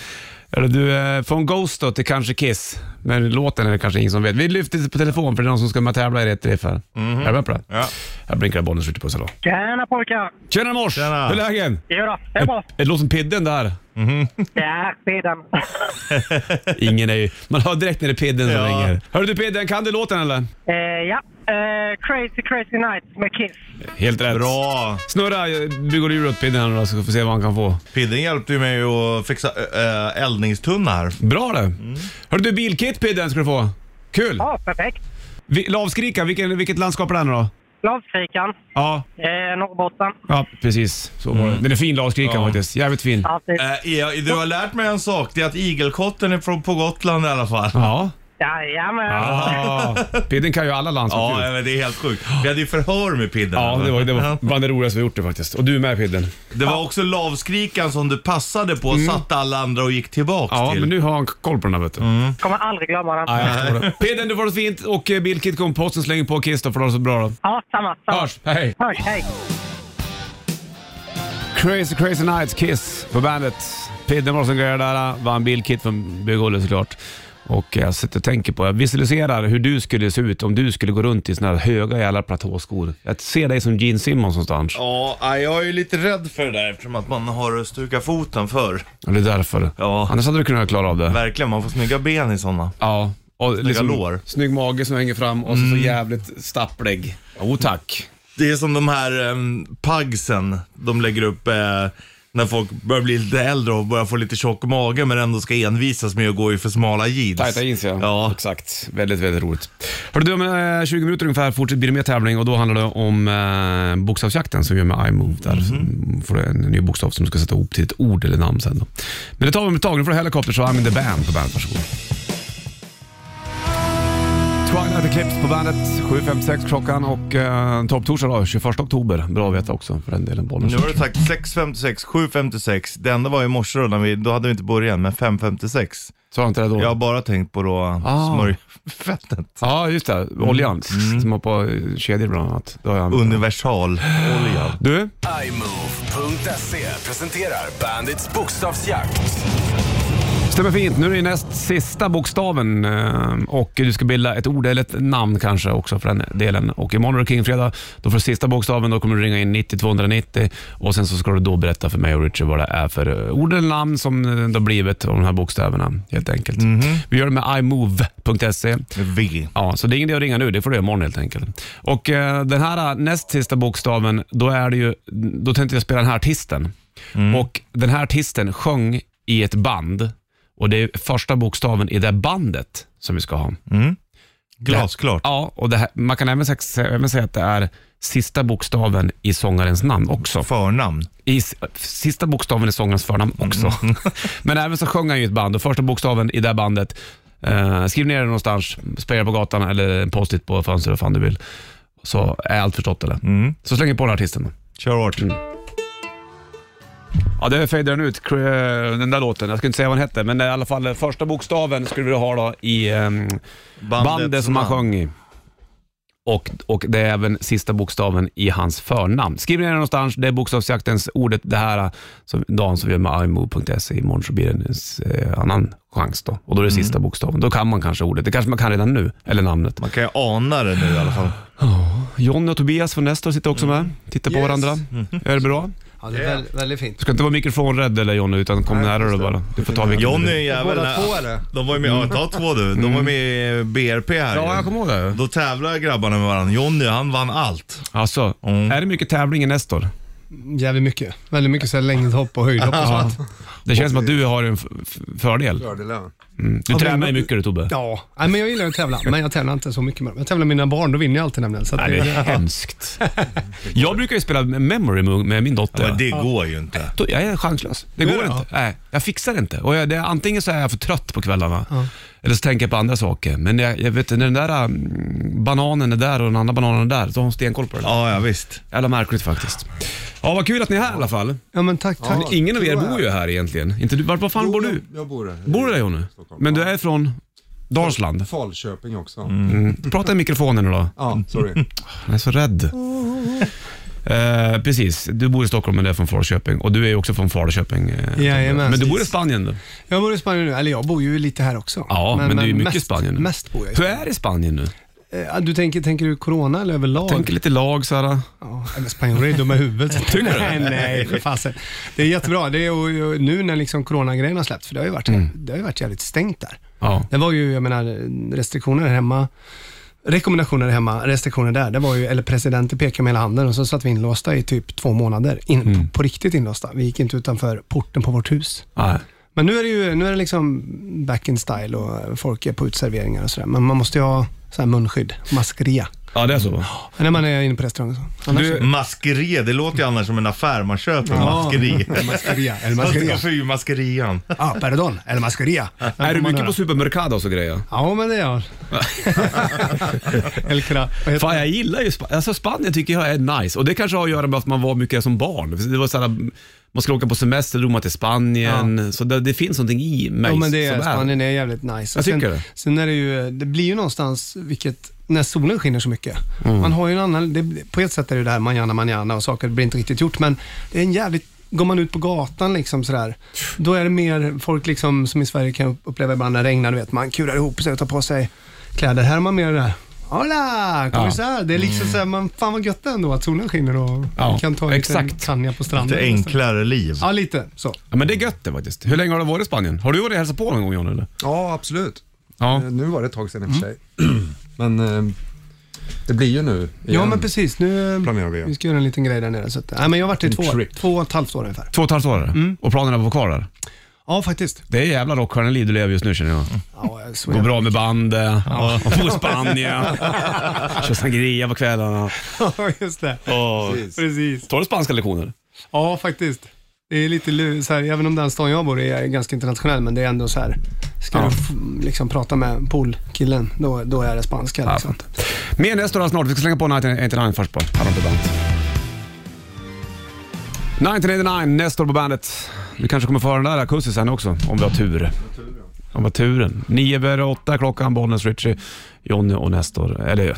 [SPEAKER 2] Eller du, eh, från Ghost då till kanske Kiss. Men låten är det kanske ingen som vet. Vi lyfter lite på telefon för det är någon som ska med och tävla i rätt riff här. Är du med på det?
[SPEAKER 3] Mhm. Ja.
[SPEAKER 2] Jag blinkar bollen och skjuter puss hallå.
[SPEAKER 6] Tjena pojkar!
[SPEAKER 2] Tjena mors!
[SPEAKER 3] Tjena.
[SPEAKER 2] Hur är lägen?
[SPEAKER 6] Jodå, det är bra.
[SPEAKER 2] Det låter som Pidden där.
[SPEAKER 6] Ja, sedan.
[SPEAKER 2] Ingen är ju... Man hör direkt när det är Pidden som
[SPEAKER 3] Ja.
[SPEAKER 2] ringer. Hör du Pidden, kan du låten eller?
[SPEAKER 6] Eh, ja, eh, Crazy Crazy Nights med Kiss.
[SPEAKER 2] Helt rätt.
[SPEAKER 3] Bra!
[SPEAKER 2] Snurra eh, bygger du åt Pidden här nu då, så vi får se vad han kan få.
[SPEAKER 3] Pidden hjälpte ju mig att fixa äh, eldningstunna här.
[SPEAKER 2] Bra det.
[SPEAKER 3] Mm.
[SPEAKER 2] Hör du, bilkit Pidden ska du få. Kul!
[SPEAKER 6] Ja, perfekt.
[SPEAKER 2] Vi, Lavskrika, vilken, vilket landskap är det här nu då?
[SPEAKER 6] Lavskrikan,
[SPEAKER 2] Ja,
[SPEAKER 6] eh, Norrbotten.
[SPEAKER 2] ja precis. Så var det. Den är fin Lavskrikan
[SPEAKER 3] Mm. Ja.
[SPEAKER 2] faktiskt. Jävligt fin.
[SPEAKER 6] Ja, precis.
[SPEAKER 3] Äh, ja, du har lärt mig en sak, det är att igelkotten är från, på Gotland i alla fall.
[SPEAKER 2] Ja.
[SPEAKER 6] Jajamän.
[SPEAKER 2] Ah, Pidden kan ju alla landskap.
[SPEAKER 3] Ja,
[SPEAKER 2] Ja,
[SPEAKER 3] men det är helt sjukt. Vi hade ju förhör med Pidden.
[SPEAKER 2] ja det var, det var
[SPEAKER 3] Ja.
[SPEAKER 2] bland det roligaste vi gjort det faktiskt. Och du med Pidden.
[SPEAKER 3] Det var också lavskrikan som du passade på, satte alla andra och gick tillbaks
[SPEAKER 2] Mm. Ja,
[SPEAKER 3] till.
[SPEAKER 2] men nu har han koll på den här vet du.
[SPEAKER 3] Mm.
[SPEAKER 6] Kommer aldrig glömma den.
[SPEAKER 2] Ah, Ja, jag förstår det. Pidden, du får det fint och eh, Bilkit kom på posten slänger på Kiss då för det var så bra då.
[SPEAKER 6] Ja, samma. samma.
[SPEAKER 2] Hörs, hej!
[SPEAKER 6] Hörs, hej.
[SPEAKER 2] Crazy Crazy Nights Kiss på bandet. Pidden var som grejade där, vann Bilkit från Bygg-Olle såklart. Och jag sitter och tänker på, jag visualiserar hur du skulle se ut om du skulle gå runt i såna här höga jävla platåskor. Jag ser dig som Gene Simmons någonstans.
[SPEAKER 3] Ja, nej, jag är ju lite rädd för det där eftersom att man har stukat foten förr.
[SPEAKER 2] Och det är därför.
[SPEAKER 3] Ja.
[SPEAKER 2] Annars hade du kunnat klara av det.
[SPEAKER 3] Verkligen, man får snygga ben i sådana.
[SPEAKER 2] Ja. Och liksom,
[SPEAKER 3] lår. Mm.
[SPEAKER 2] Snygg mage som hänger fram och så, så jävligt stapplig. Jo tack.
[SPEAKER 3] Det är som de här um, pagsen de lägger upp eh, när folk börjar bli lite äldre och börjar få lite tjock mage men ändå ska envisas med att gå i för smala jeans.
[SPEAKER 2] Tajta jeans ja.
[SPEAKER 3] Ja.
[SPEAKER 2] Exakt. Väldigt, väldigt roligt. Hörru du, om eh, 20 minuter ungefär fortsätter blir det mer tävling och då handlar det om eh, bokstavsjakten som vi gör med iMove. Där
[SPEAKER 3] Mhm.
[SPEAKER 2] mm får du en ny bokstav som du ska sätta ihop till ett ord eller namn sen då. Men det tar vi om ett tag. Nu får du Helicopters och I'm in the band på bandet. Varsågod. Twilight Eclipse på bandet, 7.56 klockan och eh, topptorsdag då, 21 oktober. Bra att veta också för den delen. Bollen.
[SPEAKER 3] Nu har du sagt 6.56, 7.56. Det enda var i morse då, när vi, då hade vi inte börjat, men 5.56.
[SPEAKER 2] Sa jag inte det då?
[SPEAKER 3] Jag har bara tänkt på då
[SPEAKER 2] Ah.
[SPEAKER 3] smörjfettet.
[SPEAKER 2] Ja, just det. Oljan
[SPEAKER 3] Mm.
[SPEAKER 2] som har på eh, kedjor bland annat. Då har jag använt den.
[SPEAKER 3] Universalolja.
[SPEAKER 2] Du,
[SPEAKER 5] iMove.se presenterar Bandits bokstavsjakt.
[SPEAKER 2] Stämmer fint. Nu är det näst sista bokstaven eh, och du ska bilda ett ord eller ett namn kanske också för den delen. Och imorgon är det Kingfredag. Då får du sista bokstaven. Då kommer du ringa in 90 290 och sen så ska du då berätta för mig och Richard vad det är för eh, ord eller namn som eh, det har blivit av de här bokstäverna helt enkelt. Vi gör det med imove.se.
[SPEAKER 3] V.
[SPEAKER 2] Ja, så det är ingen idé att ringa nu. Det får du göra imorgon helt enkelt. Och eh, den här eh, näst sista bokstaven, då, är det ju, då tänkte jag spela den här artisten. Och den här artisten sjöng i ett band och det är första bokstaven i det bandet som vi ska ha.
[SPEAKER 3] Glasklart.
[SPEAKER 2] Ja, och det här, man kan även, sä- även säga att det är sista bokstaven i sångarens namn också.
[SPEAKER 3] Förnamn.
[SPEAKER 2] I, s- sista bokstaven i sångarens förnamn också. Men även så sjöng han ju i ett band och första bokstaven i det här bandet, eh, skriv ner det någonstans, spraya på gatan eller en post-it på fönstret vad fan du vill. Så är allt förstått eller? Så slänger på den här artisten. då.
[SPEAKER 3] Kör hårt.
[SPEAKER 2] Mm. Ja, det fadear den ut, cr- den där låten. Jag ska inte säga vad den hette, men det är i alla fall eh, första bokstaven skulle vi ha då i ehm, bandet, som han sjöng i. Och, och det är även sista bokstaven i hans förnamn. Skriv ner det någonstans, det är bokstavsjaktens ordet, det här som, dagen som vi gör med imove.se. Imorgon så blir det en s- eh, annan chans då. Och då är
[SPEAKER 7] Mm.
[SPEAKER 2] det sista bokstaven. Då kan man kanske ordet, det kanske man kan redan nu, eller namnet.
[SPEAKER 3] Man kan ju ana det nu i alla fall.
[SPEAKER 2] Jonny och Tobias från Nestor sitter också med, tittar på
[SPEAKER 7] Mm. Yes. Mm.
[SPEAKER 2] varandra. Är det bra?
[SPEAKER 7] Ja, det är väl, väldigt fint.
[SPEAKER 2] Du ska inte vara mikrofonrädd eller Jonny, utan kom
[SPEAKER 7] Nej,
[SPEAKER 2] nära
[SPEAKER 7] just
[SPEAKER 2] du
[SPEAKER 7] det.
[SPEAKER 2] bara. Du får ta vilken
[SPEAKER 3] Johnny är
[SPEAKER 2] du-
[SPEAKER 3] jävel.
[SPEAKER 7] Båda två, eller?
[SPEAKER 3] De var ju med, ja ta två du. De var med i BRP här
[SPEAKER 2] Mm. Ja,
[SPEAKER 3] ju.
[SPEAKER 2] jag kommer ihåg det.
[SPEAKER 3] Då tävlar grabbarna med varandra. Johnny han vann allt.
[SPEAKER 2] Alltså,
[SPEAKER 3] Mm.
[SPEAKER 2] är det mycket tävling i Nestor?
[SPEAKER 7] Jävligt mycket. Väldigt mycket så här längdhopp och höjdhopp och sånt.
[SPEAKER 2] Det känns som att du har en f- f- fördel. Mm. Du
[SPEAKER 7] Ja,
[SPEAKER 2] tränar ju
[SPEAKER 7] men-
[SPEAKER 2] mycket du Tobbe.
[SPEAKER 7] Ja, Nej, men jag gillar att tävla, men jag tävlar inte så mycket med dem. Jag tävlar med mina barn, då vinner jag alltid nämligen. Så att
[SPEAKER 2] Nej, det är hemskt. Jag brukar ju spela Memory med- med min dotter.
[SPEAKER 3] Men det går ju inte.
[SPEAKER 2] Då- Jag är chanslös. Det går inte. Nej, jag fixar det inte. Och jag, det, är- antingen så är jag för trött på kvällarna, eller så tänker jag på andra saker. Men jag, jag vet, när den där mm, bananen är där och den andra bananen är där, så har hon stenkoll på det. där.
[SPEAKER 3] Ja, ja visst.
[SPEAKER 2] Jävla märkligt faktiskt. Ja, vad kul att ni är här i alla fall.
[SPEAKER 7] Ja, men tack, tack.
[SPEAKER 2] Men ingen av er bor ju här egentligen. Inte du, var, var fan bor du?
[SPEAKER 8] Jag bor här.
[SPEAKER 2] Bor du där Jonny?
[SPEAKER 8] Stockholm.
[SPEAKER 2] Men du är från Dalsland?
[SPEAKER 8] Falköping också.
[SPEAKER 2] Prata i mikrofonen nu då.
[SPEAKER 8] Ja, sorry.
[SPEAKER 2] Han är så rädd. Eh, precis, du bor i Stockholm men du är från Falköping och du är ju också från Falköping. eh,
[SPEAKER 7] Jajamän.
[SPEAKER 2] men du bor i Spanien nu?
[SPEAKER 7] Jag bor i Spanien nu, eller jag bor ju lite här också.
[SPEAKER 2] Ja, men, du är ju mycket i
[SPEAKER 7] mest,
[SPEAKER 2] Spanien nu.
[SPEAKER 7] Mest bor jag i
[SPEAKER 2] Hur är det i Spanien nu?
[SPEAKER 7] Eh, Du tänker, tänker du corona eller överlag?
[SPEAKER 2] Tänk lite lag så här.
[SPEAKER 7] Ja, men spanjorer är dumma i huvudet.
[SPEAKER 2] Tycker du?
[SPEAKER 7] nej, nej, för fasen. Det är jättebra. Det är, och, och, nu när liksom coronagrejen har släppt, för det har ju varit,
[SPEAKER 2] Mm.
[SPEAKER 7] det har ju varit jävligt stängt där.
[SPEAKER 2] Ja.
[SPEAKER 7] Det var ju, jag menar, restriktioner hemma, rekommendationer hemma, restriktioner där. Det var ju, eller presidenten pekade med hela handen och så satt vi inlåsta i typ två månader. In,
[SPEAKER 2] Mm.
[SPEAKER 7] på, på riktigt inlåsta. Vi gick inte utanför porten på vårt hus.
[SPEAKER 2] Nej.
[SPEAKER 7] Men nu är det ju nu är det liksom back in style och folk är på utserveringar och sådär. Men man måste ju ha så här munskydd, maskeria.
[SPEAKER 2] Ja, det är så. va?
[SPEAKER 7] Men när man är inne på restaurang och så. Annars
[SPEAKER 2] Du-
[SPEAKER 3] Maskeré, det låter ju annars som en affär man köper. Maskeri.
[SPEAKER 7] maskeria. El maskeria.
[SPEAKER 3] Maskeria. Maskerian.
[SPEAKER 7] Ah, perdon. El maskeria.
[SPEAKER 2] Är du mycket på supermercados och grejer?
[SPEAKER 7] Ja, men det är jag. El cra... vad heter
[SPEAKER 2] Fan, jag gillar ju Spanien. Alltså, Spanien tycker jag är nice. Och det kanske har att göra med att man var mycket som barn. Det var så här, man skulle åka på semester, drog man till Spanien. Så det, det finns någonting i mig
[SPEAKER 7] Ja, men det
[SPEAKER 2] som
[SPEAKER 7] är,
[SPEAKER 2] är-
[SPEAKER 7] Spanien är jävligt nice.
[SPEAKER 2] Jag
[SPEAKER 7] Och sen,
[SPEAKER 2] tycker det.
[SPEAKER 7] Sen är det ju, det blir ju någonstans, vilket, när solen skiner så mycket.
[SPEAKER 2] Mm.
[SPEAKER 7] Man har ju en annan, det, på ett sätt är det ju det här manjana manjana och saker blir inte riktigt gjort, men det är en jävligt Går man ut på gatan liksom sådär, då är det mer folk liksom, som i Sverige kan uppleva ibland när det regnar, du vet, man kurar ihop sig och tar på sig kläder. Här har man mer det här, hola, kom
[SPEAKER 2] Ja. Mm.
[SPEAKER 7] isär. Det är liksom såhär, man, fan vad gött ändå att solen skiner och
[SPEAKER 2] Ja,
[SPEAKER 7] man kan ta en
[SPEAKER 2] exakt.
[SPEAKER 7] kanja på stranden.
[SPEAKER 3] Lite enklare liv.
[SPEAKER 7] Ja, lite så.
[SPEAKER 2] Ja, men det är gött det faktiskt. Hur länge har du varit i Spanien? Har du varit och hälsat på någon gång John eller?
[SPEAKER 7] Eh,
[SPEAKER 8] Ja, absolut.
[SPEAKER 2] Ja.
[SPEAKER 8] Eh, Nu var det ett tag sedan i och för sig. Men eh, det blir ju nu
[SPEAKER 7] Ja,
[SPEAKER 8] igen.
[SPEAKER 7] men precis. Nu
[SPEAKER 8] Planerar vi.
[SPEAKER 7] vi ska göra en liten grej där nere. Så att, nej, men jag har varit i
[SPEAKER 8] En
[SPEAKER 7] två, år.
[SPEAKER 8] trip.
[SPEAKER 7] två och ett halvt år ungefär.
[SPEAKER 2] Två och ett halvt år? Och planen är att vara kvar där?
[SPEAKER 7] Ja, faktiskt.
[SPEAKER 2] Mm. Det är jävla rockstjärneliv du lever just nu känner jag.
[SPEAKER 7] Ja, så
[SPEAKER 2] Går
[SPEAKER 7] jävla-
[SPEAKER 2] bra med bandet, Mm. ja. på Spanien, kör sangria på kvällarna.
[SPEAKER 7] Ja, just det.
[SPEAKER 2] Och...
[SPEAKER 7] Precis.
[SPEAKER 2] Tar du spanska lektioner?
[SPEAKER 7] Ja, faktiskt. Det är lite lu- så här, även om den stan jag bor i är ganska internationell, men det är ändå så här, ska
[SPEAKER 2] Ja.
[SPEAKER 7] du f- liksom prata med polkillen, då, då är det spanska. Liksom.
[SPEAKER 2] Mer nästa år snart. Vi ska slänga på 1989 först bara. Här har vi bandet. 1989, nästa år på bandet. Vi kanske kommer få höra den där akustisen sen också, om vi har tur. Om vi har turen. Nio över åtta är klockan, Bollnäs, Richie, Jonny och Nestor. Eller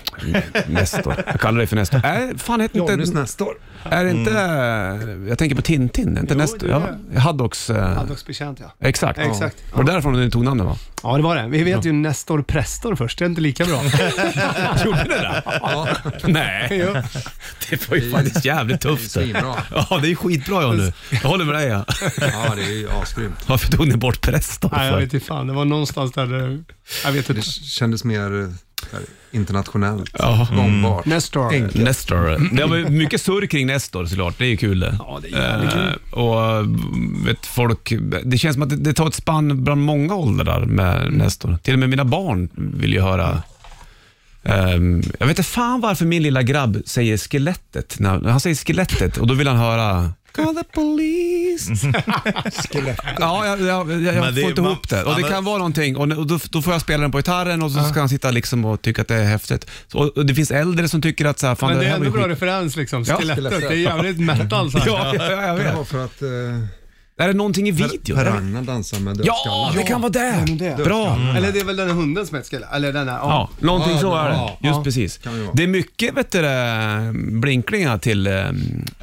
[SPEAKER 2] Nestor. Jag kallar dig för Nestor. Äh, fan heter inte...
[SPEAKER 8] Jonnys nästa år.
[SPEAKER 2] Är det inte... eh, Jag tänker på Tintin, inte
[SPEAKER 7] Mm. Jo,
[SPEAKER 2] Nestor?
[SPEAKER 7] det är
[SPEAKER 2] Ja, Haddocks... eh,
[SPEAKER 7] Haddox betjänt, ja.
[SPEAKER 2] Exakt.
[SPEAKER 7] Exakt.
[SPEAKER 2] Var det därifrån du tog namnet va?
[SPEAKER 7] Ja, det var det. Vi vet ju Nestor Prestor först, det är inte lika bra.
[SPEAKER 2] Gjorde det det? Nej,
[SPEAKER 7] Jo.
[SPEAKER 2] det var ju faktiskt jävligt tufft.
[SPEAKER 8] Det är svinbra.
[SPEAKER 2] Ja, det är skitbra jag nu. Jag håller med dig. Ja.
[SPEAKER 8] Ja, det är ju asgrymt.
[SPEAKER 2] Varför tog ni bort prästen?
[SPEAKER 7] Nej, jag
[SPEAKER 2] för?
[SPEAKER 7] vet inte fan. Det var någonstans där, det- jag vet
[SPEAKER 8] Det
[SPEAKER 7] inte.
[SPEAKER 8] kändes mer eh, så här, internationellt,
[SPEAKER 2] Ja.
[SPEAKER 8] gångbart.
[SPEAKER 7] Nestor.
[SPEAKER 8] Enkelt.
[SPEAKER 2] Nestor. Mm. Det var ju mycket surr kring Nestor såklart. Det är ju kul det.
[SPEAKER 7] Ja, det är jävligt kul.
[SPEAKER 2] Eh, Och vet folk, det känns som att det, det tar ett spann bland många åldrar med
[SPEAKER 7] Mm.
[SPEAKER 2] Nestor. Till och med mina barn vill ju höra. ehm, jag vet inte fan varför min lilla grabb säger skelettet. När, han säger skelettet och då vill han höra Call the police. Ja, jag, jag, jag, jag
[SPEAKER 3] Men det-
[SPEAKER 2] får inte
[SPEAKER 3] man-
[SPEAKER 2] ihop det. Och det
[SPEAKER 3] man-
[SPEAKER 2] kan vara någonting och då, då får jag spela den på gitarren och så ska han sitta liksom och tycka att det är häftigt. Så- Och, och det finns äldre som tycker att så här, fan,
[SPEAKER 7] Men det är
[SPEAKER 2] här var
[SPEAKER 7] ändå
[SPEAKER 2] ju
[SPEAKER 7] bra
[SPEAKER 2] skit.
[SPEAKER 7] referens liksom.
[SPEAKER 2] Ja.
[SPEAKER 7] Skelettet. Det är jävligt metal. Så här.
[SPEAKER 2] Ja, ja, ja, jag
[SPEAKER 8] Det
[SPEAKER 2] vet.
[SPEAKER 8] var för att eh,
[SPEAKER 2] Är det någonting i videon?
[SPEAKER 8] Per Ragnar dansade med
[SPEAKER 2] ja,
[SPEAKER 8] dödskallar.
[SPEAKER 2] det kan vara det.
[SPEAKER 7] men det-
[SPEAKER 2] Bra.
[SPEAKER 7] Eller det är väl den här hunden som är ett skelett? Eller den här,
[SPEAKER 2] Ja, någonting
[SPEAKER 8] Ja,
[SPEAKER 2] så är det.
[SPEAKER 8] ja,
[SPEAKER 2] Just
[SPEAKER 7] ja.
[SPEAKER 2] precis.
[SPEAKER 8] Kan det vara.
[SPEAKER 2] Det är mycket vet du, det, blinkningar till, eh,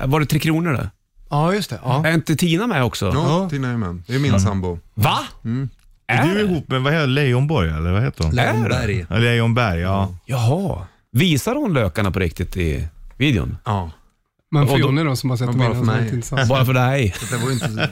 [SPEAKER 2] var det Tre Kronor det?
[SPEAKER 7] ja just det. Ja.
[SPEAKER 2] Är inte Tina med också?
[SPEAKER 8] Ja, Tina är med. Det är min sambo.
[SPEAKER 2] Va?
[SPEAKER 3] Är du
[SPEAKER 2] det?
[SPEAKER 3] ihop med, vad heter Leijonborg eller vad heter hon?
[SPEAKER 8] Lejonberg.
[SPEAKER 3] Ja, Leijonberg, ja.
[SPEAKER 2] Jaha. Visar hon lökarna på riktigt i videon?
[SPEAKER 8] Ja,
[SPEAKER 7] Men för
[SPEAKER 2] Och då-
[SPEAKER 7] Jonny då som har sett
[SPEAKER 8] Ja,
[SPEAKER 7] dem
[SPEAKER 8] bara
[SPEAKER 7] innan
[SPEAKER 8] för
[SPEAKER 7] så var det
[SPEAKER 8] mig.
[SPEAKER 7] inte intressant.
[SPEAKER 2] Bara för dig?
[SPEAKER 8] det var ju inte...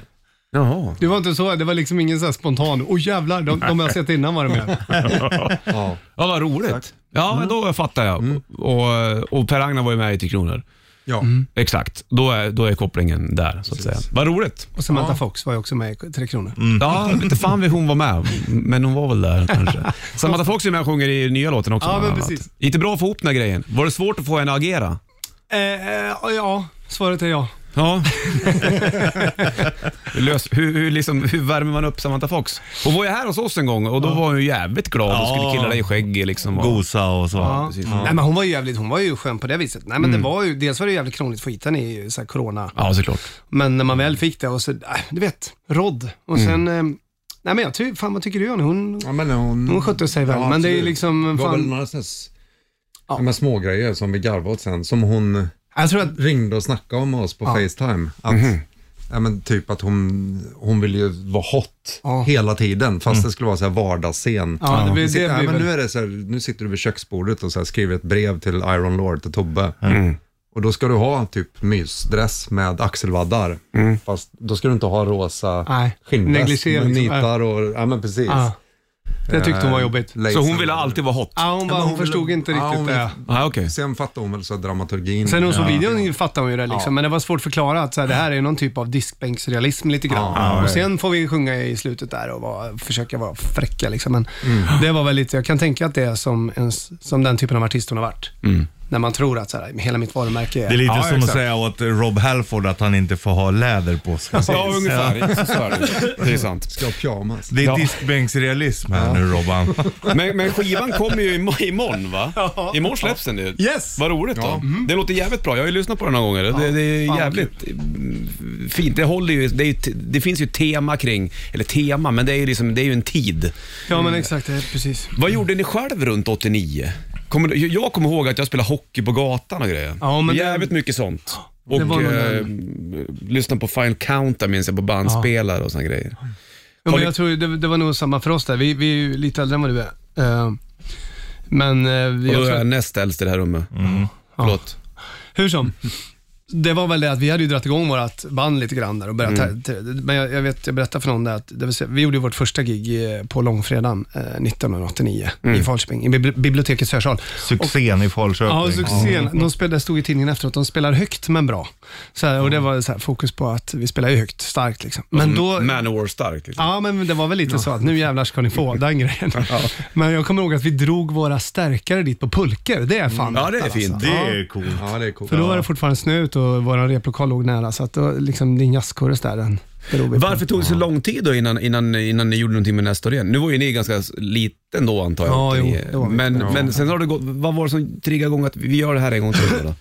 [SPEAKER 2] Jaha.
[SPEAKER 7] Det var inte så, det var liksom ingen så här spontan, åh jävlar, de, de jag sett innan var det med.
[SPEAKER 8] Ja.
[SPEAKER 2] Ja, vad roligt. Ja, men då fattar jag. Och, och Per Agnar var ju med i Tre Kronor.
[SPEAKER 8] ja.
[SPEAKER 2] Exakt. Då är, då är kopplingen där, så att säga. Vad roligt.
[SPEAKER 7] Och Samantha Fox var ju också med i Tre Kronor.
[SPEAKER 2] Ja, jag vet inte fan vi hon var med, men hon var väl där kanske. Samantha Fox är med och sjunger i nya låten också.
[SPEAKER 7] Ja,
[SPEAKER 2] bland
[SPEAKER 7] men
[SPEAKER 2] annat.
[SPEAKER 7] precis.
[SPEAKER 2] Gick det bra att få ihop den här grejen? Var det svårt att få henne att agera?
[SPEAKER 7] Eh, ja, svaret är ja.
[SPEAKER 2] Ja. hur, lös, hur, hur, liksom, hur värmer man upp Samantha Fox? Hon var ju här hos oss en gång och då var hon ju jävligt glad och skulle
[SPEAKER 3] Ja.
[SPEAKER 2] killa dig i skägget. Liksom, och...
[SPEAKER 3] Gosa och så.
[SPEAKER 7] Ja. Nej men hon var ju jävligt, hon var ju skön på det viset. Nej men det var ju, dels var det jävligt krångligt att få hit henne i ju så här corona.
[SPEAKER 2] Ja, såklart.
[SPEAKER 7] Men när man väl fick det och så, äh, du vet, rodd. Och sen, eh, nej men jag tycker, fan vad tycker du Jonny? Hon,
[SPEAKER 8] ja men hon...
[SPEAKER 7] Hon skötte sig väl, men det är
[SPEAKER 8] absolut.
[SPEAKER 7] liksom,
[SPEAKER 8] Det var
[SPEAKER 7] fan-
[SPEAKER 8] väl några sådana här s- ja. men smågrejer som vi garvade åt sen, som hon...
[SPEAKER 7] Jag tror att
[SPEAKER 8] ringde och snackade om oss på Facetime. Att,
[SPEAKER 7] Mhm.
[SPEAKER 8] ja, men typ att hon, hon ville ju vara hot
[SPEAKER 7] Ja. Mm.
[SPEAKER 8] hela tiden, fast det skulle vara så här vardagsscen.
[SPEAKER 7] Ja, det blir-
[SPEAKER 8] Vi
[SPEAKER 7] det
[SPEAKER 8] sitter-
[SPEAKER 7] blir
[SPEAKER 8] ja, men
[SPEAKER 7] väl-
[SPEAKER 8] nu, är det så här, nu sitter du vid köksbordet och så här skriver ett brev till Iron Lord, till Tobbe.
[SPEAKER 2] Mm.
[SPEAKER 8] Mm. Och då ska du ha typ mysdress med axelvaddar.
[SPEAKER 2] Mm.
[SPEAKER 8] Fast då ska du inte ha rosa
[SPEAKER 7] Nej.
[SPEAKER 8] skinnväst
[SPEAKER 7] Negligé
[SPEAKER 8] med
[SPEAKER 7] liksom.
[SPEAKER 8] nitar och, ja men precis.
[SPEAKER 7] Ja. det tyckte hon var
[SPEAKER 8] Eh,
[SPEAKER 7] jobbigt.
[SPEAKER 2] Så hon
[SPEAKER 8] lace-
[SPEAKER 2] ville alltid vara hot?
[SPEAKER 7] Ja, hon, bara, hon förstod inte
[SPEAKER 8] Ja,
[SPEAKER 7] riktigt
[SPEAKER 8] hon
[SPEAKER 7] det.
[SPEAKER 8] ville-
[SPEAKER 2] Ah, okej.
[SPEAKER 8] Sen fattade hon väl så här dramaturgin.
[SPEAKER 7] Sen när hon såg
[SPEAKER 8] Ja.
[SPEAKER 7] videon fattade hon ju det liksom, men det var svårt att förklara att så här, det här är någon typ av diskbänksrealism lite grann. och sen får vi sjunga i slutet där och vara, försöka vara fräcka liksom. Men det var väl lite, jag kan tänka att det är som, en, som den typen av artist hon har varit. När man tror att så här, hela mitt varumärke är...
[SPEAKER 3] Det är lite
[SPEAKER 2] Ja,
[SPEAKER 3] som att
[SPEAKER 2] exakt.
[SPEAKER 3] säga åt Rob Halford att han inte får ha läder på sig.
[SPEAKER 2] Ja, ungefär. Så är det. det är sant.
[SPEAKER 8] Ska ha pyjamas.
[SPEAKER 3] Det är
[SPEAKER 2] Ja.
[SPEAKER 3] diskbänksrealism här nu Robban.
[SPEAKER 2] Men, men skivan kommer ju im- imorgon va? Imorgon släpps den ju.
[SPEAKER 7] Yes! Mm.
[SPEAKER 2] Vad roligt då. Det låter jävligt bra. Jag har ju lyssnat på den några gånger. Det, det är
[SPEAKER 7] fan
[SPEAKER 2] jävligt mm, fint. Det, håller ju, det, är ju, t- det finns ju tema kring, eller tema, men det är ju, liksom, det är ju en tid.
[SPEAKER 7] Ja men exakt, det är precis.
[SPEAKER 2] Vad gjorde ni själv runt 89? Kommer, du- jag kommer ihåg att jag spelade hockey på gatan och grejer.
[SPEAKER 7] Ja, men det-
[SPEAKER 2] Jävligt mycket sånt. Och
[SPEAKER 7] var nog
[SPEAKER 2] eh, lyssnade på Final Countdown minns jag, på bandspelare och såna grejer.
[SPEAKER 7] Ja,
[SPEAKER 2] Har
[SPEAKER 7] men
[SPEAKER 2] ni-
[SPEAKER 7] jag tror ju det, det var nog samma för oss där. Vi, vi är ju lite äldre än vad du är. Eh, men eh, vi-
[SPEAKER 2] Och
[SPEAKER 7] jag
[SPEAKER 2] då är
[SPEAKER 7] tror
[SPEAKER 2] jag
[SPEAKER 7] att,
[SPEAKER 2] näst äldst i det här rummet.
[SPEAKER 7] Mm.
[SPEAKER 2] Förlåt.
[SPEAKER 7] hur som. Det var väl det att vi hade ju dragit igång vårt band lite grann där och börjat.
[SPEAKER 2] Mm.
[SPEAKER 7] tä- tä- Men jag, jag vet, jag berättade för någon där att det vill säga, vi gjorde ju vårt första gig eh, på långfredagen eh, 1989
[SPEAKER 2] Mm.
[SPEAKER 7] i Falköping, i bibli- bibliotekets hörsal.
[SPEAKER 3] Succén i Falköping.
[SPEAKER 7] Ja,
[SPEAKER 2] Mm.
[SPEAKER 7] och succén. De spelade, stod i tidningen efteråt, de spelar högt men bra. Så här, och
[SPEAKER 2] Mm.
[SPEAKER 7] det var så här, fokus på att vi spelar ju högt, starkt liksom. Men då,
[SPEAKER 2] Manowar stark. Liksom.
[SPEAKER 7] Ja, men det var väl lite så att nu jävlar ska ni få den grejen. Men jag kommer ihåg att vi drog våra stärkare dit på pulker. Det Alltså. är fan
[SPEAKER 2] Ja, det är
[SPEAKER 7] lätt,
[SPEAKER 2] fint.
[SPEAKER 3] Det är coolt.
[SPEAKER 8] Ja, det är coolt.
[SPEAKER 7] För då var det fortfarande snö ute och vår replokal låg nära, så att då, liksom din jazzkurres där, den drog vi på.
[SPEAKER 2] Varför tog det så lång tid då innan, innan, innan ni gjorde någonting med nästa igen? Nu var ju ni ganska liten då antar jag.
[SPEAKER 7] Ja, jo, det var vi.
[SPEAKER 2] men, men sen har det gått, vad var det som triggade igång att vi gör det här en gång till då? då?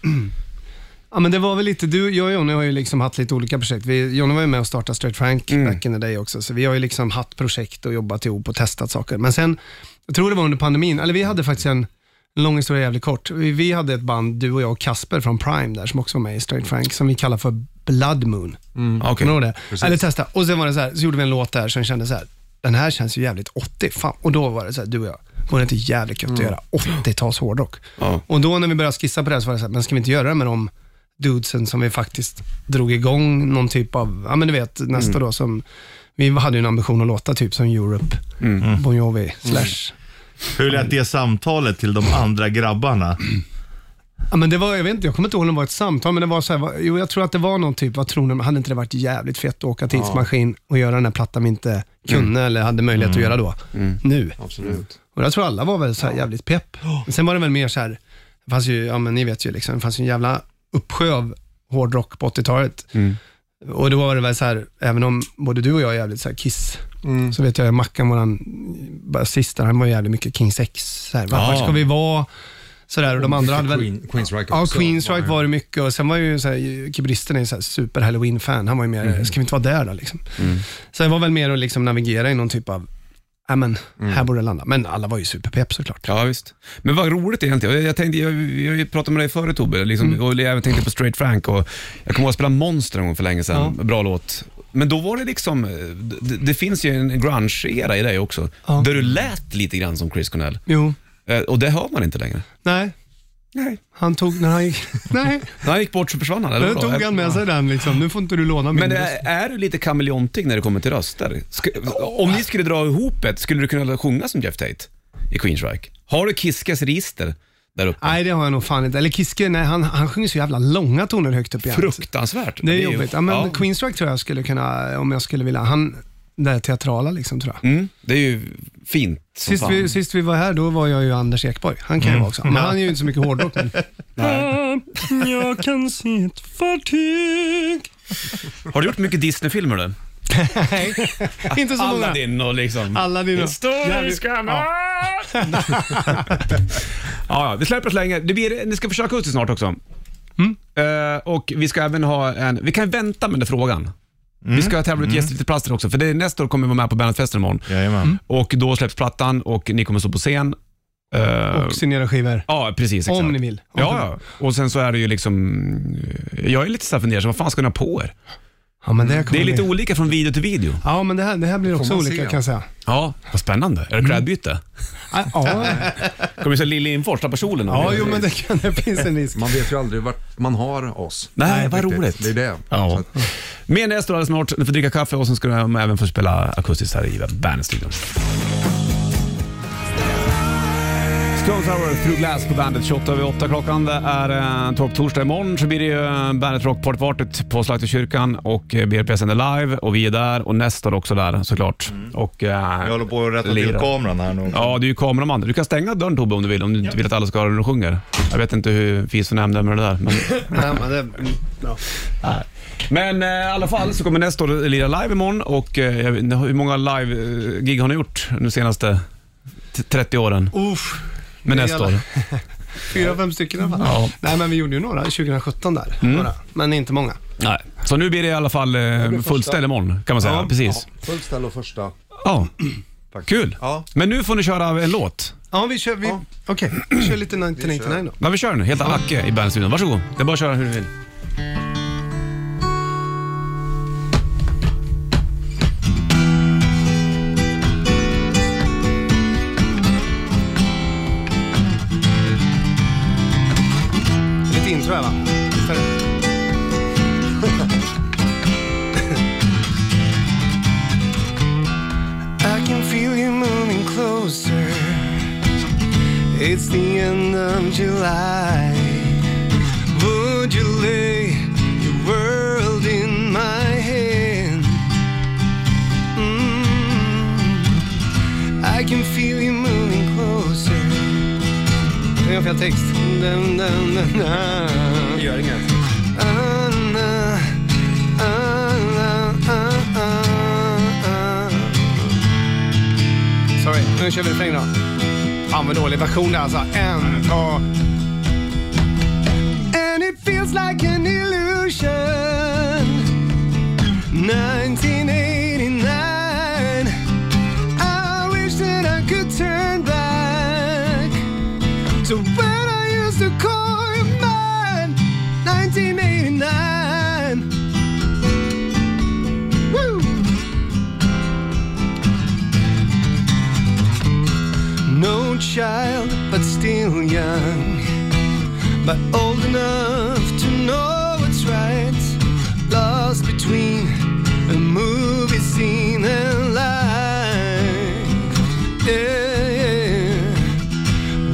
[SPEAKER 7] Ja, men det var väl lite, du, jag och Jonny har ju liksom haft lite olika projekt. Vi, Jonny var ju med och startade Straight Frank
[SPEAKER 2] Mm.
[SPEAKER 7] back in the day också, så vi har ju liksom haft projekt och jobbat ihop och testat saker. Men sen, jag tror det var under pandemin, eller vi hade faktiskt en en lång historia jävligt kort. Vi, vi hade ett band, du och jag och Kasper från Prime där, som också var med i Straight Frank, som vi kallar för Blood Moon.
[SPEAKER 2] Ah, Okej.
[SPEAKER 7] Kommer du ihåg det? Eller testa. Och sen var det så här, så gjorde vi en låt där som kände så här, den här känns ju jävligt 80. Fan. Och då var det så här, du och jag, vore det inte jävligt gött att göra 80-tals hårdrock?
[SPEAKER 2] Mm. Ja.
[SPEAKER 7] Och då när vi började skissa på det här så var det så här, men ska vi inte göra det med de dudesen som vi faktiskt drog igång någon typ av, ja men du vet nästa
[SPEAKER 2] Mm.
[SPEAKER 7] då som, vi hade ju en ambition att låta typ som Europe,
[SPEAKER 2] Mm.
[SPEAKER 7] Bon Jovi, Slash.
[SPEAKER 3] Hur lät det samtalet till de andra grabbarna?
[SPEAKER 7] Ja, men det var, jag vet inte, jag kommer inte ihåg om det var ett samtal, men det var så här, va- jo, jag tror att det var någon typ, vad tror ni, hade inte det varit jävligt fett att åka tidsmaskin och göra den här plattan vi inte kunde eller hade möjlighet att göra då, nu?
[SPEAKER 8] Mm. Absolut.
[SPEAKER 7] Och jag tror alla var väl så här jävligt pepp. Men Sen var det väl mer så här, det fanns ju, ja men ni vet ju liksom, det fanns ju en jävla uppsjö av hårdrock på 80-talet.
[SPEAKER 8] Mm.
[SPEAKER 7] Och då var det väl så här, även om både du och jag är jävligt så här Kiss,
[SPEAKER 8] Mm.
[SPEAKER 7] så vet jag Mackan, våran basist, där, han var jävligt mycket King 6. Så här, var, var ska vi vara? Sådär, och de andra hade väl...
[SPEAKER 8] Queen, Queensryche
[SPEAKER 7] Ja,
[SPEAKER 8] också.
[SPEAKER 7] Queenstrike var det mycket och sen var ju så här, Kibristen är ju så här super halloween-fan. Han var ju mer, ska vi inte vara där då liksom? Så det var väl mer att liksom navigera i någon typ av, ja men, här borde det landa. Men alla var ju superpepp såklart.
[SPEAKER 2] Ja, visst. Men vad roligt egentligen. Jag- Jag, tänkte, jag, jag pratade med dig förut Tobbe, liksom,
[SPEAKER 7] Mm.
[SPEAKER 2] och jag även tänkte på Straight Frank. Och jag kommer ihåg att spela Monster en gång för länge sedan, bra låt. Men då var det liksom, det, det finns ju en grunge-era i dig också,
[SPEAKER 7] Ja.
[SPEAKER 2] där du lät lite grann som Chris Cornell.
[SPEAKER 7] Jo,
[SPEAKER 2] Eh, Och det hör man inte längre.
[SPEAKER 7] nej.
[SPEAKER 2] Nej.
[SPEAKER 7] Han tog, när han gick, nej,
[SPEAKER 2] När han gick bort så försvann han. eller
[SPEAKER 7] nu
[SPEAKER 2] vadå?
[SPEAKER 7] tog
[SPEAKER 2] Jag-
[SPEAKER 7] han med sig den liksom. Nu får inte du låna min
[SPEAKER 2] Men
[SPEAKER 7] röst.
[SPEAKER 2] är, är du lite kameleontig när det kommer till röster? Sk om ni skulle dra ihop ett, skulle du kunna sjunga som Jeff Tate i Queensryche? Har du Kiskas register där uppe?
[SPEAKER 7] Nej, det har jag nog fan inte. Eller Kiske, nej, han, han sjunger så jävla långa toner högt upp i allt.
[SPEAKER 2] Fruktansvärt.
[SPEAKER 7] Det är
[SPEAKER 2] ju-
[SPEAKER 7] jobbigt. Ja, men
[SPEAKER 2] ja.
[SPEAKER 7] Queenstrike tror jag skulle kunna, om jag skulle vilja, han, det här teatrala liksom tror jag.
[SPEAKER 2] Mm, det är ju fint som
[SPEAKER 7] Sist
[SPEAKER 2] fan.
[SPEAKER 7] vi, sist vi var här, då var jag ju Anders Ekborg. Han kan ju vara också. Men han är ju inte så mycket hårdrock. Men... jag kan se ett fartyg.
[SPEAKER 2] Har du gjort mycket Disney-filmer du?
[SPEAKER 7] Nej, inte så många.
[SPEAKER 2] Aladdin och liksom...
[SPEAKER 7] Aladdin och-
[SPEAKER 2] Historiska ja. ja, vi släpper så länge. Det blir, ni ska försöka ut snart också.
[SPEAKER 7] Mm.
[SPEAKER 2] Eh, och vi ska även ha en... Vi kan vänta med den frågan.
[SPEAKER 7] Mm.
[SPEAKER 2] Vi ska tävla ut gästfritteplatser också, Mm. för det är, nästa år kommer vi vara med på Bandetfesten imorgon.
[SPEAKER 3] Jajamän.
[SPEAKER 2] Och då släpps plattan och ni kommer stå på scen. Eh,
[SPEAKER 7] Och signera skivor.
[SPEAKER 2] Ja, precis. Exakt.
[SPEAKER 7] Om ni vill. Om ni
[SPEAKER 2] Ja, ja. Och sen så är det ju liksom... Jag är lite så här fundersam, vad fan ska ni ha på er?
[SPEAKER 7] Ja, men det, kommer
[SPEAKER 2] Det är lite
[SPEAKER 7] bli-
[SPEAKER 2] olika från video till video.
[SPEAKER 7] Ja, men det här, det här blir också
[SPEAKER 8] man
[SPEAKER 7] olika
[SPEAKER 8] se?
[SPEAKER 7] kan jag säga. Ah,
[SPEAKER 2] Ja, vad spännande. Är det klädbyte?
[SPEAKER 7] Ja, ja,
[SPEAKER 2] Kommer vi se Lille Lindfors, tappa kjolen?
[SPEAKER 7] ja jo, men det, kan, det finns en risk.
[SPEAKER 8] Man vet ju aldrig vart man har oss.
[SPEAKER 2] Nej, vad
[SPEAKER 8] riktigt.
[SPEAKER 2] roligt.
[SPEAKER 8] Det är det. Så
[SPEAKER 2] Ja.
[SPEAKER 8] att-
[SPEAKER 2] Mer nästa alldeles snart. Ni får dricka kaffe och sen ska de även få spela akustiskt här i Bandstudion. Stones Hour through glass på bandet 28 över 8 klockan. Det är eh, topptorsdag imorgon så blir det ju eh, bandet Rock Partypartyt på Slakterkyrkan och eh, BRP sänder live och vi är där och Nestor också där såklart. Och, eh,
[SPEAKER 3] Jag Mm. håller på att rätta till
[SPEAKER 2] Lirar.
[SPEAKER 3] kameran här nu.
[SPEAKER 2] Ja, du är ju kameraman. Du kan stänga dörren Tobbe om du vill, om du inte vill att alla ska höra när du sjunger. Jag vet inte hur fisförnämnd är med det där. Men...
[SPEAKER 7] Nej, men det, ja.
[SPEAKER 2] Men eh, i alla fall så kommer nästa år lira live imorgon och eh, jag vet inte, hur många live-gig har ni gjort de senaste t- 30 åren?
[SPEAKER 7] Uff,
[SPEAKER 2] Med
[SPEAKER 7] Oh, det är
[SPEAKER 2] nästa år?
[SPEAKER 7] jävla- Fyra, fem stycken i alla fall.
[SPEAKER 2] Ja.
[SPEAKER 7] Nej, men vi gjorde ju några 2017 där. Några, men inte många.
[SPEAKER 2] Nej. Så nu blir det i alla fall eh, fullställ imorgon kan man säga. Precis.
[SPEAKER 8] Ja, fullt ställ och första.
[SPEAKER 2] Ja. Kul.
[SPEAKER 8] Ja.
[SPEAKER 2] Men nu får ni köra en låt.
[SPEAKER 7] Ja, vi kör, vi, okej, vi kör lite 1999 då.
[SPEAKER 2] Ja, vi kör nu. Helt Acke i bandstudion. Varsågod. Det är bara att köra hur du vill.
[SPEAKER 7] Lite intro här va? Visst är det? I can feel you moving closer It's the end of July Would you lay your world in my hand? Mm. I can feel you moving closer Det är en fel text. Dun, dun, dun, dun.
[SPEAKER 8] Gör inget.
[SPEAKER 7] Anna, Anna, Anna, Anna. Sorry, nu kör vi refräng då. Fan vad dålig version det är alltså. En, två. And it feels like an illusion 1989 I wish that I could turn back to when I used to call you mine 1989 Woo! No child, but still young But old enough to know what's right Lost between a movie scene and life Yeah, yeah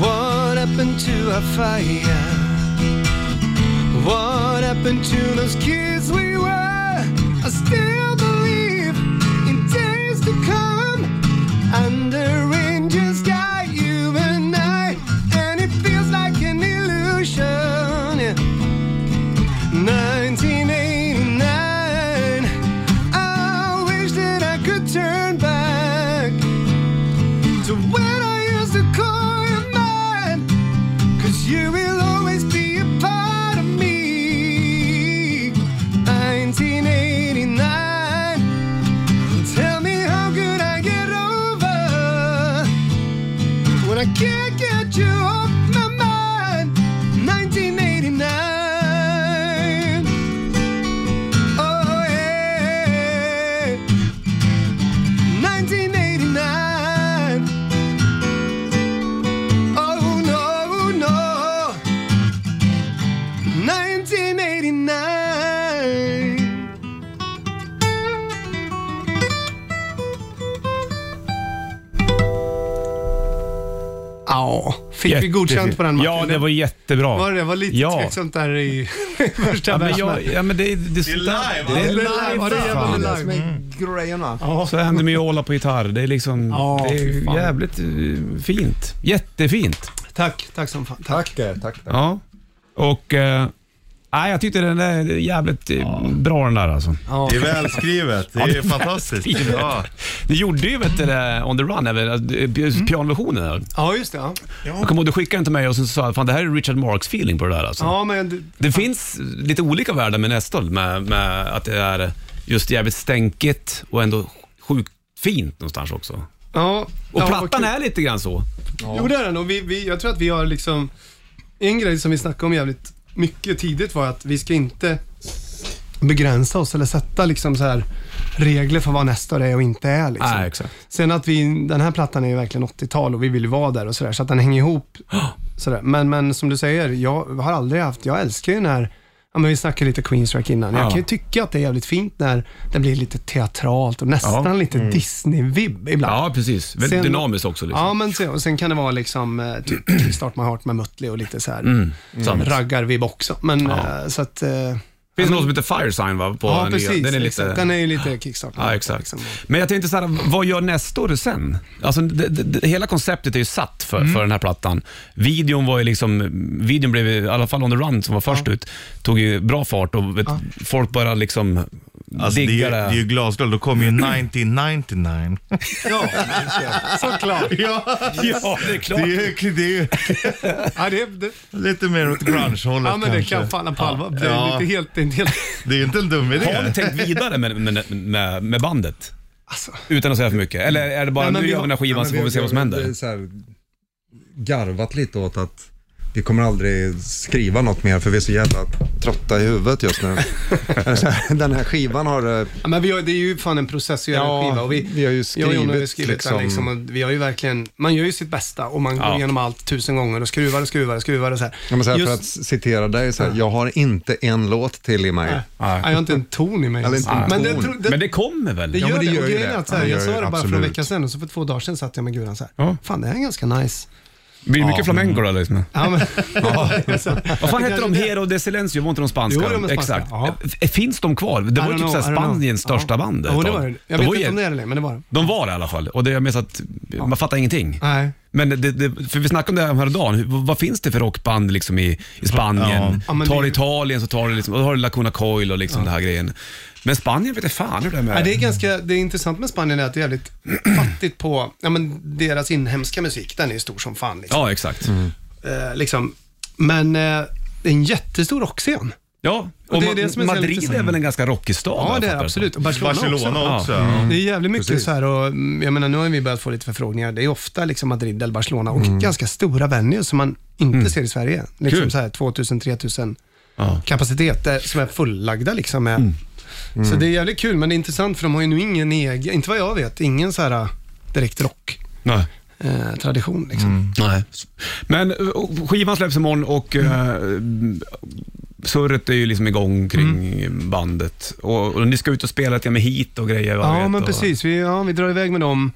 [SPEAKER 7] what happened to our fire? What happened to those kids we were? I still believe in days to come under angel sky, you and I, and it feels like an illusion. yeah. 1989. I wish that I could turn back to when I used to call you mine. Cause you will always be a part of me. 1989. Tell me how could I get over when I can't get you off my mind? 1989. Oh, yeah. 1989. Oh no, no. 1989. Ja, fick vi godkänt på den matchen?
[SPEAKER 2] Ja, det var jättebra.
[SPEAKER 7] Var det var lite
[SPEAKER 2] ja.
[SPEAKER 7] tveksamt där i första
[SPEAKER 2] Ja, men,
[SPEAKER 7] versen.
[SPEAKER 2] jag, ja, men det, det, det, det är
[SPEAKER 3] live,
[SPEAKER 2] Det är
[SPEAKER 7] Det
[SPEAKER 2] live.
[SPEAKER 7] är live, alltså. ja, det är jävla
[SPEAKER 2] fan. alltså.
[SPEAKER 7] live.
[SPEAKER 8] Med grejen va?
[SPEAKER 2] Så händer Miola på gitarr. Det är liksom
[SPEAKER 7] Ja,
[SPEAKER 2] det
[SPEAKER 7] fy
[SPEAKER 2] är
[SPEAKER 7] fan.
[SPEAKER 2] jävligt eh, fint. Jättefint.
[SPEAKER 7] Tack, tack som fan. Tack.
[SPEAKER 8] Tack, eh, tack. tack.
[SPEAKER 2] Ja. Och... Eh, nej, jag tyckte den där det är jävligt eh, bra den där alltså.
[SPEAKER 3] Det är välskrivet. Det är fantastiskt. Ja.
[SPEAKER 2] Ni gjorde ju vet du, det, On the Run, även, alltså, eh, pianoversionen. där.
[SPEAKER 7] Ja, just det. Mm. Ja,
[SPEAKER 2] Jag kommer ihåg, du skickade den till mig och sen sa jag, fan det här är Richard Marks feeling på det där alltså.
[SPEAKER 7] ja men du-
[SPEAKER 2] Det finns lite olika världar med Nestor, med, med att det är just jävligt stänkigt och ändå sjukt fint någonstans också.
[SPEAKER 7] Ja,
[SPEAKER 2] Och
[SPEAKER 7] ja, vad
[SPEAKER 2] plattan
[SPEAKER 7] kul.
[SPEAKER 2] är lite grann så.
[SPEAKER 7] Jo, det är den. Och vi, vi, jag tror att vi har liksom... En grej som vi snackade om jävligt mycket tidigt var att vi ska inte begränsa oss eller sätta liksom så här regler för vad nästa år är och inte är. Liksom.
[SPEAKER 2] Nej, exakt.
[SPEAKER 7] Sen att vi, den här plattan är ju verkligen 80-tal och vi vill ju vara där och sådär, så att den hänger ihop. Sådär. Men, men som du säger, jag har aldrig haft, jag älskar ju när, ja men vi snackade lite Queensrack innan,
[SPEAKER 2] Ja.
[SPEAKER 7] jag kan ju tycka att det är jävligt fint när det blir lite teatralt och nästan
[SPEAKER 2] Ja.
[SPEAKER 7] lite Disney-vibb ibland.
[SPEAKER 2] Ja, precis. Väldigt
[SPEAKER 7] Sen-
[SPEAKER 2] dynamiskt också. Liksom.
[SPEAKER 7] Ja, men sen, och sen kan det vara liksom eh, typ Start My Heart med Mötley och lite så här
[SPEAKER 2] Mm,
[SPEAKER 3] Mm.
[SPEAKER 2] sant.
[SPEAKER 7] raggar vi också. Men eh, så att... eh,
[SPEAKER 2] Finns det något som heter Fire Sign va? På
[SPEAKER 7] ja,
[SPEAKER 2] nya-
[SPEAKER 7] precis.
[SPEAKER 2] Den är lite...
[SPEAKER 7] exakt. den är ju lite kickstart.
[SPEAKER 2] Ja, exakt.
[SPEAKER 7] Liksom.
[SPEAKER 2] Men jag tänkte så här, vad gör nästa år sen? Alltså, det, det, det, hela konceptet är ju satt för,
[SPEAKER 3] Mm.
[SPEAKER 2] för den här plattan. Videon var ju liksom, videon blev ju, i alla fall On The Run som var först ut, tog ju bra fart och vet, folk började liksom
[SPEAKER 3] Alltså, det, är ju,
[SPEAKER 2] digga
[SPEAKER 3] det är ju glasklart, då kommer ju 1999.
[SPEAKER 7] Ja, såklart.
[SPEAKER 3] ja,
[SPEAKER 2] Ja, det är
[SPEAKER 3] det
[SPEAKER 2] klart.
[SPEAKER 3] är ju, det är ju
[SPEAKER 7] Ja, det, det,
[SPEAKER 3] lite mer åt grunge-hållet
[SPEAKER 7] ja, men det
[SPEAKER 3] kanske.
[SPEAKER 7] kan fan på allvar. Det
[SPEAKER 3] Ja.
[SPEAKER 7] är lite helt... Det är inte helt
[SPEAKER 3] Det är ju inte en dum idé.
[SPEAKER 2] Har ni tänkt vidare med, med, med, med bandet?
[SPEAKER 7] alltså,
[SPEAKER 2] Utan att säga för mycket. Eller är det bara,
[SPEAKER 7] Nej, men
[SPEAKER 2] nu
[SPEAKER 7] vi
[SPEAKER 2] gör vi
[SPEAKER 7] har-
[SPEAKER 2] den här skivan
[SPEAKER 8] men
[SPEAKER 2] så får vi se vad som
[SPEAKER 8] Det är
[SPEAKER 2] händer?
[SPEAKER 8] så här, garvat lite åt att vi kommer aldrig skriva något mer för vi är så jävla trötta i huvudet just nu. Så här, Den här skivan har... eh,
[SPEAKER 7] ja, men vi har, det är ju fan en process att göra
[SPEAKER 8] Ja,
[SPEAKER 7] en skiva. Och vi,
[SPEAKER 8] vi har ju
[SPEAKER 7] jag och Johnny har ju
[SPEAKER 8] skrivit
[SPEAKER 7] skrivit den,
[SPEAKER 8] liksom-
[SPEAKER 7] liksom, och vi har ju verkligen, man gör ju sitt bästa och man
[SPEAKER 2] Ja.
[SPEAKER 7] går igenom allt tusen gånger och skruvar och skruvar och skruvar och så här.
[SPEAKER 8] Ja, men så här, För att
[SPEAKER 7] Just-
[SPEAKER 8] citera dig, så här, jag har inte en låt till i mig.
[SPEAKER 7] Nej, Jag har inte en ton i mig.
[SPEAKER 8] Eller inte en
[SPEAKER 7] men,
[SPEAKER 8] ton.
[SPEAKER 7] jag tror- det,
[SPEAKER 2] Men det kommer väl?
[SPEAKER 7] Det gör
[SPEAKER 8] men
[SPEAKER 7] det.
[SPEAKER 8] det gör
[SPEAKER 7] och
[SPEAKER 8] ju
[SPEAKER 7] grejen
[SPEAKER 8] det.
[SPEAKER 7] är att så här,
[SPEAKER 8] Ja, det
[SPEAKER 7] jag
[SPEAKER 8] gör
[SPEAKER 7] sa
[SPEAKER 8] det,
[SPEAKER 7] det bara för
[SPEAKER 8] absolut.
[SPEAKER 7] några veckor sedan och så för två dagar sedan satt jag med guran så här.
[SPEAKER 2] Ja.
[SPEAKER 7] Fan, det här är ganska nice.
[SPEAKER 2] Blir det mycket flamenco då liksom?
[SPEAKER 7] Ja, men,
[SPEAKER 2] Vad fan hette de?
[SPEAKER 7] Kanske det.
[SPEAKER 2] Hero de Silencio, var inte de spanska?
[SPEAKER 7] Jo, de är spanska,
[SPEAKER 2] Exakt.
[SPEAKER 7] ja.
[SPEAKER 2] F- Finns de kvar? Det var
[SPEAKER 7] I
[SPEAKER 2] ju
[SPEAKER 7] don't
[SPEAKER 2] typ
[SPEAKER 7] know,
[SPEAKER 2] såhär
[SPEAKER 7] I don't know.
[SPEAKER 2] Spaniens
[SPEAKER 7] Ja.
[SPEAKER 2] största band. ett
[SPEAKER 7] Jo, det
[SPEAKER 2] tag.
[SPEAKER 7] var det. Jag
[SPEAKER 2] de,
[SPEAKER 7] vet
[SPEAKER 2] var
[SPEAKER 7] inte
[SPEAKER 2] ju-
[SPEAKER 7] om det är det längre, men det var det.
[SPEAKER 2] de var det i alla fall. Och det, jag menar så att man fattar ingenting.
[SPEAKER 7] Nej.
[SPEAKER 2] Men det, det, för vi snackade om det här dagen. Hur, vad finns det för rockband liksom i, i Spanien?
[SPEAKER 7] Ja, men
[SPEAKER 2] tar
[SPEAKER 7] det-
[SPEAKER 2] Italien så tar det liksom, och då har du Lacuna Coil och liksom den här grejen. Men Spanien vet jag fan hur det är med...
[SPEAKER 7] Ja, det är ganska, det är intressant med Spanien är att det är jävligt fattigt på, ja men deras inhemska musik, den är ju stor som fan liksom.
[SPEAKER 2] ja exakt.
[SPEAKER 7] Eh, liksom. Men eh, det är en jättestor rockscen.
[SPEAKER 2] Ja, och,
[SPEAKER 7] det är
[SPEAKER 2] Ma-
[SPEAKER 7] det som är så
[SPEAKER 2] Madrid
[SPEAKER 7] intressant.
[SPEAKER 2] är väl en ganska rockig stad?
[SPEAKER 7] Ja,
[SPEAKER 2] jag
[SPEAKER 7] det är
[SPEAKER 2] fattar
[SPEAKER 7] det,
[SPEAKER 2] som.
[SPEAKER 7] absolut. Och Barcelona, också. Mm.
[SPEAKER 3] Barcelona också. ja.
[SPEAKER 7] Det är
[SPEAKER 2] Mm.
[SPEAKER 7] jävligt mycket
[SPEAKER 8] Precis.
[SPEAKER 7] så här och mm, jag menar nu har vi börjat få lite förfrågningar. Det är ofta liksom Madrid eller Barcelona och ganska stora venues som man inte ser i Sverige. Liksom
[SPEAKER 2] Mm. Kul.
[SPEAKER 7] så här 2000-3000
[SPEAKER 2] Ja. Mm.
[SPEAKER 7] kapaciteter eh, som är fullagda liksom. Med. Så det är jävligt kul men det är intressant för de har ju nu ingen egen, inte vad jag vet, ingen så här eh, direkt rock.
[SPEAKER 2] Nej.
[SPEAKER 7] Eh, tradition liksom.
[SPEAKER 2] Nej. Men eh, och skivan släpps imorgon och mm. surret är ju liksom igång kring
[SPEAKER 7] Mm.
[SPEAKER 2] bandet. Och, och ni ska ut och spela ett gäng med hit och grejer. vad jag
[SPEAKER 7] Ja
[SPEAKER 2] vet,
[SPEAKER 7] men
[SPEAKER 2] och,
[SPEAKER 7] precis, vi, ja, vi drar iväg med dem.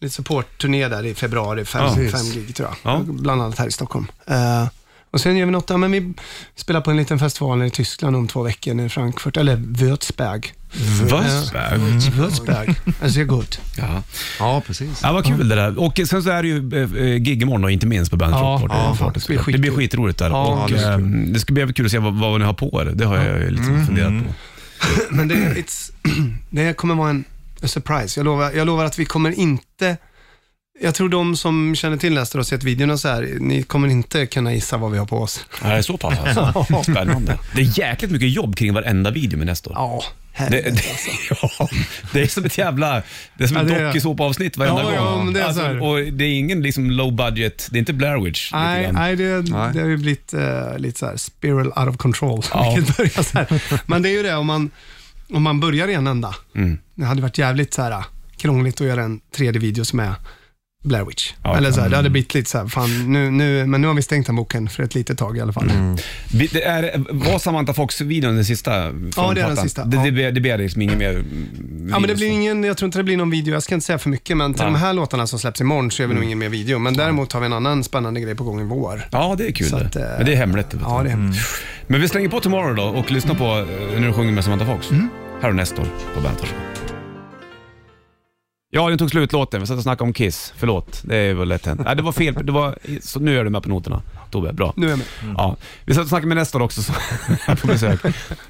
[SPEAKER 7] Lite supportturné där i februari, fem,
[SPEAKER 2] Ja.
[SPEAKER 7] fem gig tror jag.
[SPEAKER 2] Ja.
[SPEAKER 7] Bland annat här i Stockholm. Eh, och sen gör vi något, ja, men vi spelar på en liten festival nere i Tyskland om två veckor nere i Frankfurt, eller Würzberg.
[SPEAKER 2] Würzberg?
[SPEAKER 7] Würzberg, alltså det är gott.
[SPEAKER 2] Ja.
[SPEAKER 8] Ja, precis.
[SPEAKER 2] ja, vad kul det där. Och sen så är det ju eh, eh, gig imorgon då, inte minst på Bandit
[SPEAKER 7] Ja,
[SPEAKER 2] Rock Party.
[SPEAKER 7] ja,
[SPEAKER 2] Party,
[SPEAKER 7] fan, det blir
[SPEAKER 2] såklart. det blir
[SPEAKER 7] skitkul.
[SPEAKER 2] skitroligt där.
[SPEAKER 7] Ja,
[SPEAKER 2] och,
[SPEAKER 7] det
[SPEAKER 2] det,
[SPEAKER 7] blir
[SPEAKER 2] det ska bli jävligt kul att se vad, vad ni har på er. Det har jag ju
[SPEAKER 7] Mm.
[SPEAKER 2] liksom funderat på.
[SPEAKER 7] Men det, it's, det kommer vara en a surprise. Jag lovar, jag lovar att vi kommer inte, jag tror de som känner till Lester och har sett videorna så här, ni kommer inte kunna gissa vad vi har på oss.
[SPEAKER 2] Ja, det är så pass alltså. Spännande. Det är jäkligt mycket jobb kring varenda video med nästa år.
[SPEAKER 7] Ja,
[SPEAKER 2] Det,
[SPEAKER 7] herregud.
[SPEAKER 2] det, ja, det är som ett jävla det är som
[SPEAKER 7] Ja,
[SPEAKER 2] ett
[SPEAKER 7] det är-
[SPEAKER 2] dokusåpaavsnitt varenda
[SPEAKER 7] Ja,
[SPEAKER 2] gång. Alltså,
[SPEAKER 7] ja, men det är så här.
[SPEAKER 2] och det är ingen liksom low budget, det är inte Blair Witch. lite
[SPEAKER 7] Nej,
[SPEAKER 2] grann.
[SPEAKER 7] nej, det,
[SPEAKER 8] Nej.
[SPEAKER 7] det har ju blivit eh, lite så här spiral out of control.
[SPEAKER 2] Ja.
[SPEAKER 7] Vilket börjar så här. Men det är ju det om man, om man börjar i en ända.
[SPEAKER 2] Mm.
[SPEAKER 7] Det hade varit jävligt så här, eh, krångligt att göra en tredje video som är Blair Witch.
[SPEAKER 2] Ja, Mm.
[SPEAKER 7] Eller så här, det hade blivit lite så här, fan, nu, nu, men nu har vi stängt den boken för ett litet tag i alla fall.
[SPEAKER 2] Mm. Vi- Det är, var Samantha Fox-videon den sista? från
[SPEAKER 7] Ja, det är den
[SPEAKER 2] plattan?
[SPEAKER 7] sista,
[SPEAKER 2] Det,
[SPEAKER 7] ja.
[SPEAKER 2] det, blir- det blir liksom ingen mer mm,
[SPEAKER 7] Ja, men det
[SPEAKER 2] videos.
[SPEAKER 7] blir ingen, jag tror inte det blir någon video, jag ska inte säga för mycket, men till
[SPEAKER 2] Nej. Mm.
[SPEAKER 7] de här låtarna som släpps imorgon så är vi nog ingen mer video. Men däremot har vi en annan spännande grej på gång i vår. Mm.
[SPEAKER 2] Ja, det är kul
[SPEAKER 7] Så
[SPEAKER 2] det.
[SPEAKER 7] att, eh,
[SPEAKER 2] Men det är hemligt. vet du.
[SPEAKER 7] Ja, det är hemligt.
[SPEAKER 2] Men vi slänger på Tomorrow då och lyssnar på eh, när du sjunger med Samantha Fox.
[SPEAKER 7] Mhm.
[SPEAKER 2] Här och nästa år på Bandet. Ja, den tog slut låten. Vi satt och snackade om Kiss. Förlåt, det är väl lätt hänt. Nej, det var fel. Det var, så nu är du med på noterna, Tobbe. Bra. Mm.
[SPEAKER 7] Nu är jag med.
[SPEAKER 2] Ja, vi satt och snackade med Nestor också så, på besök.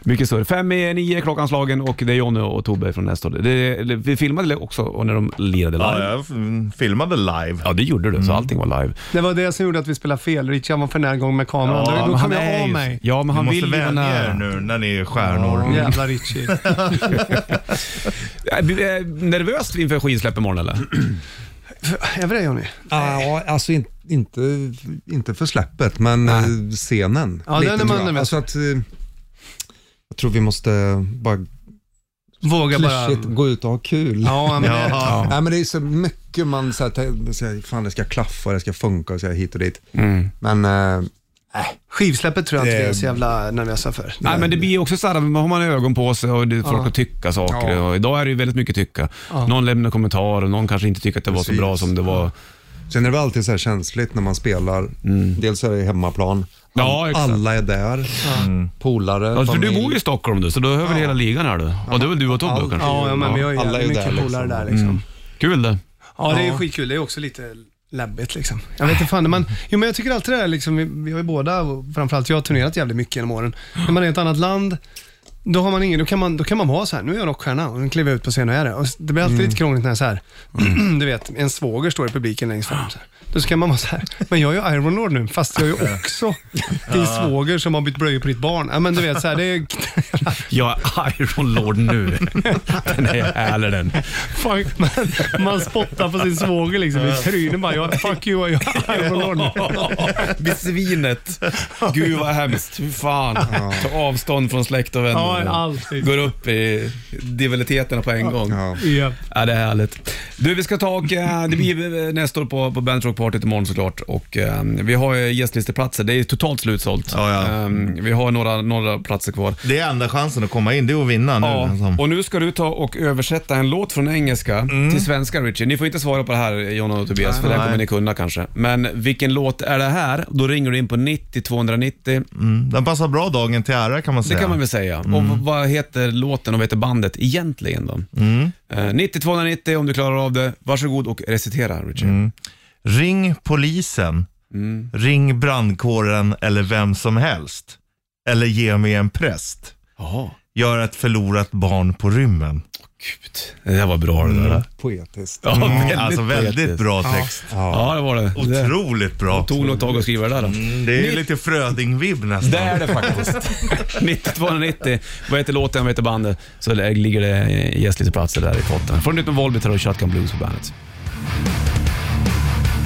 [SPEAKER 2] Mycket surr. Fem i nio är klockan slagen och det är Jonny och Tobbe från Nestor. Det, eller, vi filmade också och när de lirade live.
[SPEAKER 3] Ja,
[SPEAKER 2] Ja,
[SPEAKER 3] jag f- filmade live.
[SPEAKER 2] det gjorde
[SPEAKER 7] Mm.
[SPEAKER 2] du, så allting var live.
[SPEAKER 7] Det var det som gjorde att vi spelade fel. Richard var för nära gång med kameran.
[SPEAKER 3] Ja,
[SPEAKER 7] då
[SPEAKER 2] Men
[SPEAKER 7] kom
[SPEAKER 2] är
[SPEAKER 7] jag av
[SPEAKER 2] ju-
[SPEAKER 7] mig.
[SPEAKER 2] Ja, men han
[SPEAKER 3] Ni
[SPEAKER 2] vill
[SPEAKER 3] måste
[SPEAKER 2] ju vara
[SPEAKER 3] vänja
[SPEAKER 2] nära.
[SPEAKER 3] er nu när ni är stjärnor.
[SPEAKER 7] Jävla Richie.
[SPEAKER 2] Äh, Är du eh, nervös inför skidsläpp imorgon eller?
[SPEAKER 7] Är vi det Johnny?
[SPEAKER 8] Ja, alltså in, inte, inte för släppet, men eh, scenen.
[SPEAKER 7] Ja, den är man
[SPEAKER 8] tror jag.
[SPEAKER 7] nervös
[SPEAKER 8] alltså att, eh, Jag tror vi måste bara
[SPEAKER 7] Våga bara...
[SPEAKER 8] klyschigt gå ut och ha kul.
[SPEAKER 7] Ja, men det,
[SPEAKER 3] Ja.
[SPEAKER 8] Nej, men det är så mycket man så här, tänker, så här, fan det ska klaffa, det ska funka och så här, hit och dit.
[SPEAKER 2] Mm.
[SPEAKER 8] Men eh,
[SPEAKER 7] skivsläppet tror jag inte vi är
[SPEAKER 8] Det-
[SPEAKER 7] så jävla nervösa för.
[SPEAKER 2] Nej, men det blir också så här, man har man ögon på sig och det är folk att tycka saker.
[SPEAKER 8] Ja.
[SPEAKER 2] Och idag är det ju väldigt mycket tycka. Någon lämnar kommentarer, någon kanske inte tycker att det var så
[SPEAKER 8] Precis.
[SPEAKER 2] bra som det var.
[SPEAKER 8] sen är det väl alltid så här känsligt när man spelar. Dels är det hemmaplan,
[SPEAKER 2] Mm. Ja,
[SPEAKER 8] All-
[SPEAKER 2] exakt.
[SPEAKER 8] alla är där, polare,
[SPEAKER 2] Ja, för du
[SPEAKER 8] familj.
[SPEAKER 2] bor ju i Stockholm du, så då hör väl hela ligan här du. Ja, det är väl du och Tobbe
[SPEAKER 8] Allt-
[SPEAKER 2] kanske?
[SPEAKER 7] Ja, ja, men vi har ju
[SPEAKER 8] Alla är
[SPEAKER 7] jävligt
[SPEAKER 8] ju
[SPEAKER 7] mycket
[SPEAKER 8] där,
[SPEAKER 7] polare
[SPEAKER 8] liksom.
[SPEAKER 7] där liksom.
[SPEAKER 2] Kul det.
[SPEAKER 7] Ja, det är ju skitkul. Det är också lite läbbigt liksom. Jag vet inte fan, när man, jo, men jag tycker alltid det här, liksom, vi, vi har ju båda, och framförallt jag har turnerat jävligt mycket genom åren. När man är i ett annat land, då, har man ingen, då, kan man, då kan man vara så här, nu är jag rockstjärna och nu kliver jag ut på scen och är det. Och det blir alltid lite krångligt när jag så här, du vet, en svåger står i publiken längst fram. Så här. Då ska man vara så här, men jag är ju Iron Lord nu, fast jag är ju också din svåger som har bytt blöjor på ditt barn. Ja, men du vet, så här, det är,
[SPEAKER 2] Jag är Iron Lord nu. den är härlig den.
[SPEAKER 7] Fan, man, man spottar på sin svåger liksom i trynet bara. Jag, fuck you, jag är Iron Lord.
[SPEAKER 2] Besvinet. Gud vad hemskt. Fy fan. Ta avstånd från släkt och vänner.
[SPEAKER 7] Ja, alltid.
[SPEAKER 2] Går upp i diviliteterna på en gång.
[SPEAKER 8] Ja.
[SPEAKER 7] Ja.
[SPEAKER 2] Ja, det är härligt. Du, vi ska ta och, eh, det blir eh, nästa år på, på Bandit Rock Partyt imorgon såklart. Och, eh, vi har ju gästlisteplatser, det är ju totalt slutsålt.
[SPEAKER 3] Ja, ja.
[SPEAKER 2] Eh, vi har några, några platser kvar.
[SPEAKER 3] Det är enda chansen att komma in, det är att vinna nu.
[SPEAKER 2] Ja,
[SPEAKER 3] Liksom.
[SPEAKER 2] och nu ska du ta och översätta en låt från engelska till svenska, Richie. Ni får inte svara på det här, Jonna och Tobias, för det här
[SPEAKER 3] Mm. nej.
[SPEAKER 2] kommer ni kunna kanske. Men vilken låt är det här? Då ringer du in på 90 290.
[SPEAKER 3] Den passar bra dagen till ära kan man
[SPEAKER 2] Det
[SPEAKER 3] säga.
[SPEAKER 2] kan man väl säga.
[SPEAKER 3] Mm.
[SPEAKER 2] Och v- vad heter låten och vad heter bandet egentligen då?
[SPEAKER 3] Mm.
[SPEAKER 2] Eh, 90 290 om du klarar av det. Varsågod och recitera, Richie.
[SPEAKER 3] Mm. Ring polisen, ring brandkåren eller vem som helst. Eller ge mig en präst.
[SPEAKER 2] Jaha.
[SPEAKER 3] Gör ett förlorat barn på rymmen.
[SPEAKER 2] Gud, det där var bra det där.
[SPEAKER 8] Poetiskt.
[SPEAKER 2] Ja, väldigt
[SPEAKER 3] Mm. alltså väldigt
[SPEAKER 2] poetiskt.
[SPEAKER 3] bra text.
[SPEAKER 2] Ja, det var det. Det
[SPEAKER 3] Otroligt Mm. bra.
[SPEAKER 2] tog nog ett tag att skriva det där. Då.
[SPEAKER 3] Det är lite Fröding-vibb nästan.
[SPEAKER 2] Det är det faktiskt. 9290. Vad heter låten, vad heter bandet? Så det- ligger det eh, gästlisteplatser där i potten. Från nytt med Volbeat har du Shotgun Blues på bandet.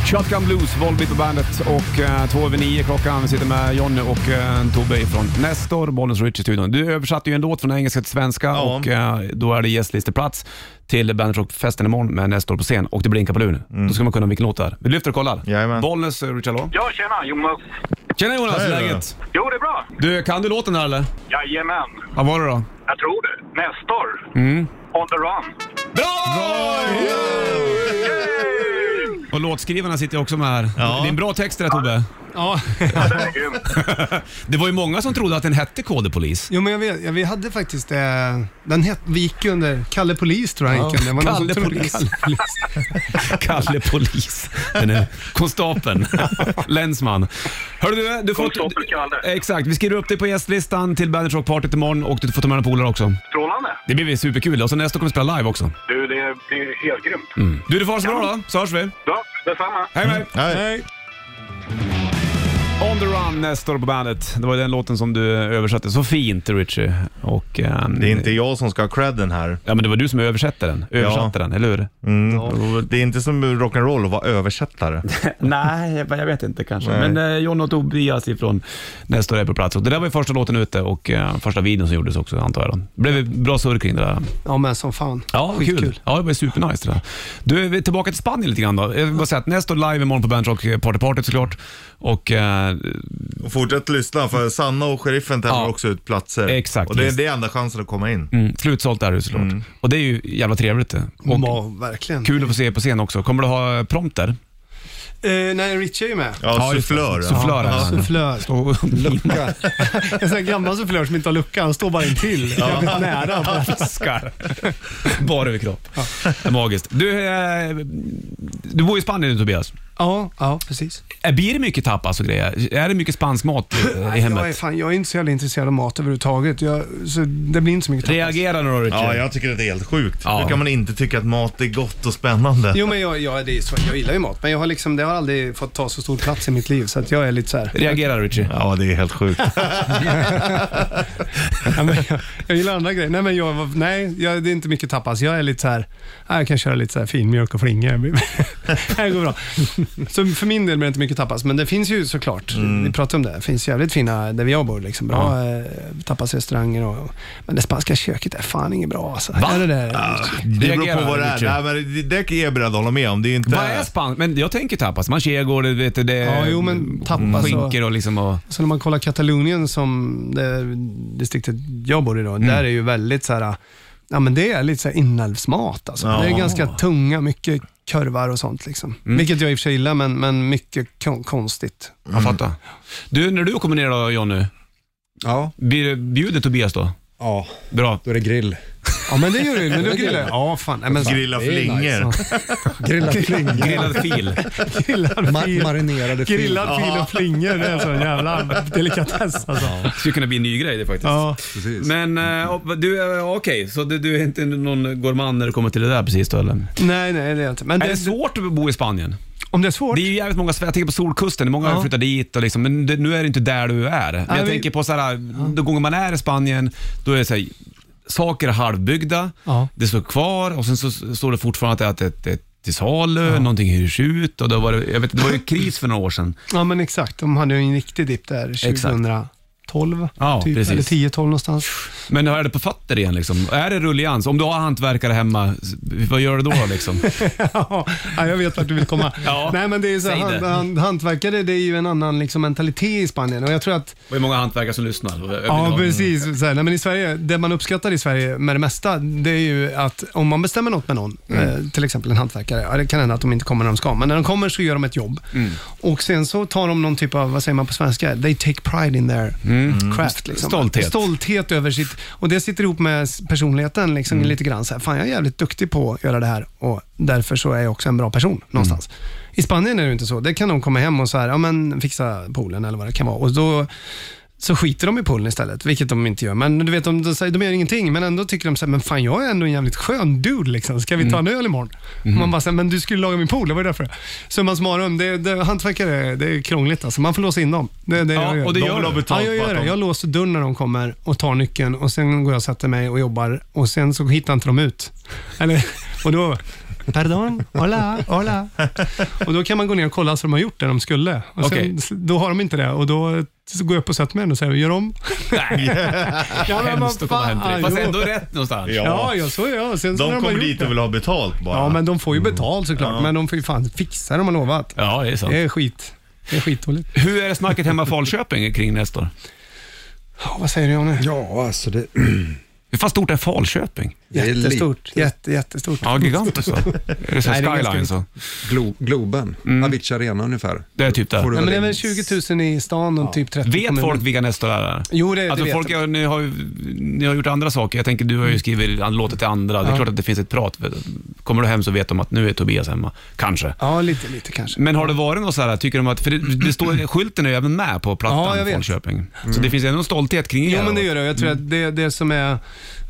[SPEAKER 2] Shotgun Blues, Volbeat på bandet och eh, två över nio klockan. Vi sitter med Jonny och eh, Tobbe från Nestor, Bollnäs och Richie-studion. Du översatte ju en låt från engelska till svenska
[SPEAKER 3] Ja.
[SPEAKER 2] och eh, då är det gästlisteplats till Bandet Rock-festen imorgon med Nestor på scen och det blinkar på luren. Då ska man kunna vilken låt det är. Vi lyfter och kollar.
[SPEAKER 3] Mm. Jajamän.
[SPEAKER 2] Bollnäs, eh, Richie, hallå?
[SPEAKER 9] Ja, tjena Jonas.
[SPEAKER 2] Tjena Jonas,
[SPEAKER 3] Hej då.
[SPEAKER 2] läget?
[SPEAKER 9] Jo, det är bra.
[SPEAKER 2] Du, kan du låten här eller?
[SPEAKER 9] Jajamän,
[SPEAKER 2] Vad var det då?
[SPEAKER 9] jag tror det. Nestor.
[SPEAKER 2] Mm.
[SPEAKER 9] On the run.
[SPEAKER 2] Bra! Och låtskrivarna sitter också med här.
[SPEAKER 3] Ja.
[SPEAKER 2] Det är en bra text det där, Tobbe.
[SPEAKER 7] Ja.
[SPEAKER 9] Det är grymt.
[SPEAKER 2] Det var ju många som trodde att den hette KD Polis.
[SPEAKER 7] Jo, men jag vet, ja, vi hade faktiskt, eh, den het, vi gick ju under Kalle Polis tror jag han gick under. Det var någon som
[SPEAKER 2] Kalle
[SPEAKER 7] trodde
[SPEAKER 2] Polis.
[SPEAKER 7] Kalle Polis.
[SPEAKER 2] Kalle Polis. Den är konstapeln. Länsman. Hörru du, du får...
[SPEAKER 9] Konstapel Kalle.
[SPEAKER 2] Exakt. Vi skriver upp dig på gästlistan till Bandit Rock Party imorgon och du får ta med en polare också.
[SPEAKER 9] Strålande.
[SPEAKER 2] Det blir väl superkul. Och så nästa kommer vi spela live också. Mm.
[SPEAKER 9] Du, det blir helt grymt.
[SPEAKER 2] Du, du får ha det så bra då, så hörs vi.
[SPEAKER 9] Ja, detsamma.
[SPEAKER 2] Hej med dig.
[SPEAKER 3] Hej.
[SPEAKER 2] On the run, Nestor på bandet. Det var ju den låten som du översatte så fint, Richie. Och, ehm,
[SPEAKER 3] Det är inte jag som ska ha credden här.
[SPEAKER 2] Ja, men det var du som översatte den, översatte den eller hur?
[SPEAKER 3] Mm. Det är inte som rock'n'roll att vara översättare.
[SPEAKER 2] Nej, jag jag vet inte kanske. Men eh, John och Tobias ifrån Nestor är på plats. Och det där var ju första låten ute och eh, första videon som gjordes också, antar jag. Då. Det blev ju bra surr kring det där.
[SPEAKER 7] Ja, men som fan.
[SPEAKER 2] Ja,
[SPEAKER 7] Skitkul.
[SPEAKER 2] kul. Ja, det var ju supernice det där. Du, vi är tillbaka till Spanien lite grann då. Jag vill bara säga att Nestor live imorgon på Bandrock Party Party såklart. Och eh,
[SPEAKER 3] Och fortsätt lyssna för Sanna och sheriffen tävlar
[SPEAKER 2] Ja.
[SPEAKER 3] också ut platser.
[SPEAKER 2] Exakt,
[SPEAKER 3] Och det,
[SPEAKER 2] just.
[SPEAKER 3] det är enda chansen att komma in.
[SPEAKER 2] mm, slutsålt är det ju såklart. Och det är ju jävla trevligt det. Och
[SPEAKER 7] Ja, verkligen.
[SPEAKER 2] kul att få se er på scen också. Kommer du ha eh, prompter?
[SPEAKER 7] Eh, nej, Richie är ju med.
[SPEAKER 3] Ja,
[SPEAKER 2] just det.
[SPEAKER 3] sufflör.
[SPEAKER 2] Sufflör, ja.
[SPEAKER 7] Sufflör.
[SPEAKER 2] Och-
[SPEAKER 7] En sån här gammal sufflör som inte har lucka. Han står bara intill. Jävligt nära. bara.
[SPEAKER 2] Askar. Bara överkropp. Magiskt. Du, eh, du bor i Spanien nu Tobias.
[SPEAKER 7] Ja, ja precis.
[SPEAKER 2] Äh, Blir det mycket tapas och grejer? Är det mycket spansk mat eh, i
[SPEAKER 7] Jag är,
[SPEAKER 2] hemmet?
[SPEAKER 7] fan, jag är inte så jävla intresserad av mat överhuvudtaget. Jag, så det blir inte så mycket tapas.
[SPEAKER 2] Reagerar du då Richard?
[SPEAKER 3] Ja, jag tycker att det är helt sjukt.
[SPEAKER 2] Ja.
[SPEAKER 3] Hur kan man inte tycka att mat är gott och spännande?
[SPEAKER 7] Jo, men jag, jag, det är så, jag gillar ju mat, men jag har liksom, det har aldrig fått ta så stor plats i mitt liv, så att jag är lite så här.
[SPEAKER 2] Reagerar du, Richie?
[SPEAKER 3] Ja, det är helt sjukt.
[SPEAKER 7] Ja, men jag, jag gillar andra grejer. Nej, men jag, var- nej jag, det är inte mycket tapas. Jag är lite så här, nej, jag kan köra lite så här finmjölk och flingor. det går bra. Så för min del blir det inte mycket tapas, men det finns ju såklart, vi pratade om det, det finns jävligt fina, där jag bor, liksom, bra eh, tapasrestauranger. Och, men det spanska köket är fan inget bra alltså. Är det det?
[SPEAKER 3] Det beror
[SPEAKER 2] Reagerar
[SPEAKER 3] på vad det är.
[SPEAKER 2] Richard?
[SPEAKER 3] Nej, men det- det är jag beredd att hålla med om. Det är inte...
[SPEAKER 2] Vad är spansk? Men jag tänker tapas. Manchego, det, vet du, det
[SPEAKER 7] Ja, jo, men Alltså- tapas och-
[SPEAKER 2] Mm. skinker och liksom och...
[SPEAKER 7] Så när man kollar Katalonien som det distriktet jag bor i då, där är ju väldigt så här, ja men det är lite så här inälvsmat alltså. Det är ganska tunga, mycket kurvar och sånt liksom. Vilket jag i och för sig gillar, men, men mycket kon- konstigt.
[SPEAKER 3] Mm.
[SPEAKER 2] Jag fattar. Du, när du kommer ner då Jonny,
[SPEAKER 8] Ja,
[SPEAKER 2] blir det- bjuder Tobias då?
[SPEAKER 8] ja,
[SPEAKER 2] Bra.
[SPEAKER 8] då är det grill.
[SPEAKER 7] Ja men det gör du, men du grillar Ja fan, nej, men så-
[SPEAKER 3] Grilla
[SPEAKER 8] Det är
[SPEAKER 3] flingor.
[SPEAKER 8] nice. Grilla flingor.
[SPEAKER 2] Grillad fil.
[SPEAKER 7] grillad
[SPEAKER 8] Ma-
[SPEAKER 7] fil.
[SPEAKER 8] marinerade flingor.
[SPEAKER 7] Grillad fil och flingor, det är en sån jävla delikatess alltså.
[SPEAKER 2] skulle kunna bli en ny grej det faktiskt.
[SPEAKER 7] Ja.
[SPEAKER 8] Precis.
[SPEAKER 2] Men eh, och- du, eh, okej, så du, du är inte någon gourmand när det kommer till det där precis då eller?
[SPEAKER 7] Nej, nej det är jag inte. Men
[SPEAKER 2] Är det
[SPEAKER 7] det,
[SPEAKER 2] svårt att bo i Spanien?
[SPEAKER 7] om det är svårt?
[SPEAKER 2] Det är ju jävligt många, jag tänker på Solkusten, många har
[SPEAKER 7] Ja.
[SPEAKER 2] flyttat dit och liksom, men det, nu är det inte där du är. Men jag
[SPEAKER 7] vi-
[SPEAKER 2] tänker på såhär, de gånger man är i Spanien, då är det såhär, saker är halvbyggda,
[SPEAKER 7] Ja.
[SPEAKER 2] det står kvar och sen så s- står det fortfarande att det, det är till salu, någonting hyrs ut och det var, det- jag vet, det var ju kris för några år sedan.
[SPEAKER 7] Ja men exakt, de hade ju en riktig dipp där 2012,
[SPEAKER 2] Ja,
[SPEAKER 7] typ,
[SPEAKER 2] precis.
[SPEAKER 7] eller 10-12 någonstans.
[SPEAKER 2] Men är det på fötter igen liksom? Är det rullians? Om du har hantverkare hemma, s- vad gör du då liksom?
[SPEAKER 7] ja, jag vet vart du vill komma.
[SPEAKER 2] Ja,
[SPEAKER 7] Nej, men det är ju så,
[SPEAKER 2] säg
[SPEAKER 7] hand,
[SPEAKER 2] det.
[SPEAKER 7] hand, hantverkare, det är ju en annan liksom, mentalitet i Spanien. Och jag tror att,
[SPEAKER 2] Det är många hantverkare som lyssnar.
[SPEAKER 7] ja precis. Så här, nej, men i Sverige, det man uppskattar i Sverige med det mesta, det är ju att om man bestämmer något med någon,
[SPEAKER 2] Mm.
[SPEAKER 7] eh, till exempel en hantverkare, ja, det kan hända att de inte kommer när de ska, men när de kommer så gör de ett jobb.
[SPEAKER 2] Mm.
[SPEAKER 7] Och sen så tar de någon typ av, vad säger man på svenska, they take pride in their craft. Liksom.
[SPEAKER 2] Mm. Stolthet.
[SPEAKER 7] Stolthet över sitt, och det sitter ihop med s- personligheten liksom, lite grann. Så här, fan jag är jävligt duktig på att göra det här och därför så är jag också en bra person någonstans. I Spanien är det inte så. Det kan de komma hem och så här, ja, men, fixa poolen eller vad det kan vara. Och då, så skiter de i poolen istället, vilket de inte gör. Men du vet, de, de, säger- de gör ingenting, men ändå tycker de så här, men fan jag är ändå en jävligt skön dude liksom. Ska vi ta en öl imorgon? Man bara, så här, men du skulle laga min pool, det var ju därför. Summan summarum, det, det, hantverkare, det är krångligt alltså. Man får låsa in dem. Det, är det
[SPEAKER 2] Ja,
[SPEAKER 7] jag gör.
[SPEAKER 2] och det
[SPEAKER 3] De
[SPEAKER 2] gör
[SPEAKER 3] vill ha
[SPEAKER 2] du.
[SPEAKER 3] betalt
[SPEAKER 7] Ja, jag
[SPEAKER 3] för
[SPEAKER 7] gör
[SPEAKER 3] att
[SPEAKER 7] det.
[SPEAKER 3] de-
[SPEAKER 7] Jag låser dörren när de kommer och tar nyckeln och sen går jag och sätter mig och jobbar och sen så hittar inte de ut. Eller, och då... Pardon, hola, hola. Och då kan man gå ner och kolla så de har gjort det de skulle. Och sen,
[SPEAKER 2] Okej.
[SPEAKER 7] Då har de inte det och då så går jag upp och sätter mig och säger gör om. ja, men vad
[SPEAKER 2] Hemskt att komma hem till.
[SPEAKER 7] fan,
[SPEAKER 2] dig. Fast
[SPEAKER 7] jo.
[SPEAKER 2] ändå rätt någonstans.
[SPEAKER 7] Ja, ja, så är jag. Sen så när
[SPEAKER 3] De
[SPEAKER 7] har
[SPEAKER 3] kommer
[SPEAKER 7] gjort
[SPEAKER 3] dit
[SPEAKER 7] det.
[SPEAKER 3] och vill ha betalt bara.
[SPEAKER 7] Ja, men de får ju betalt såklart, men de får ju fan fixa det de har lovat.
[SPEAKER 2] Ja, det är sant.
[SPEAKER 7] Det är skit. Det är skitdåligt.
[SPEAKER 2] Hur är det snacket hemma i Falköping kring nästa år?
[SPEAKER 7] Ja, vad säger du om det?
[SPEAKER 8] Ja, alltså det,
[SPEAKER 2] Hur fan stort är Falköping?
[SPEAKER 8] det är lite
[SPEAKER 7] Jättestort. Jätte, jättestort.
[SPEAKER 2] Ja, gigantiskt så. Är det så
[SPEAKER 7] Nej, det är
[SPEAKER 2] här
[SPEAKER 7] ganska
[SPEAKER 2] skyline så?
[SPEAKER 8] glo, Globen. Avicii Arena ungefär.
[SPEAKER 2] Mm. Det är typ
[SPEAKER 8] Får
[SPEAKER 2] där.
[SPEAKER 8] du
[SPEAKER 7] Ja, men det är
[SPEAKER 8] väl
[SPEAKER 7] väl
[SPEAKER 8] in.
[SPEAKER 7] 20 000 i stan och typ 30
[SPEAKER 2] Vet
[SPEAKER 7] kommuner.
[SPEAKER 2] folk vilka nästa år är?
[SPEAKER 7] Jo, det- det
[SPEAKER 2] alltså,
[SPEAKER 7] vet
[SPEAKER 2] folk
[SPEAKER 7] de. Mm.
[SPEAKER 2] har, ni, har, ju- ni har gjort andra saker. Jag tänker, du har ju skrivit låter till andra. Det är klart att det finns ett prat. Kommer du hem så vet de att nu är Tobias hemma. Kanske.
[SPEAKER 7] Ja, lite, lite kanske.
[SPEAKER 2] Men har det varit något så här, tycker de att, för det, det står, skylten är ju även med på
[SPEAKER 7] Ja,
[SPEAKER 2] plattan
[SPEAKER 7] jag vet. Mm.
[SPEAKER 2] Falköping. Så det finns ändå en stolthet kring
[SPEAKER 7] Jo,
[SPEAKER 2] er.
[SPEAKER 7] men det gör det. Jag tror
[SPEAKER 2] Mm.
[SPEAKER 7] att det, det som är...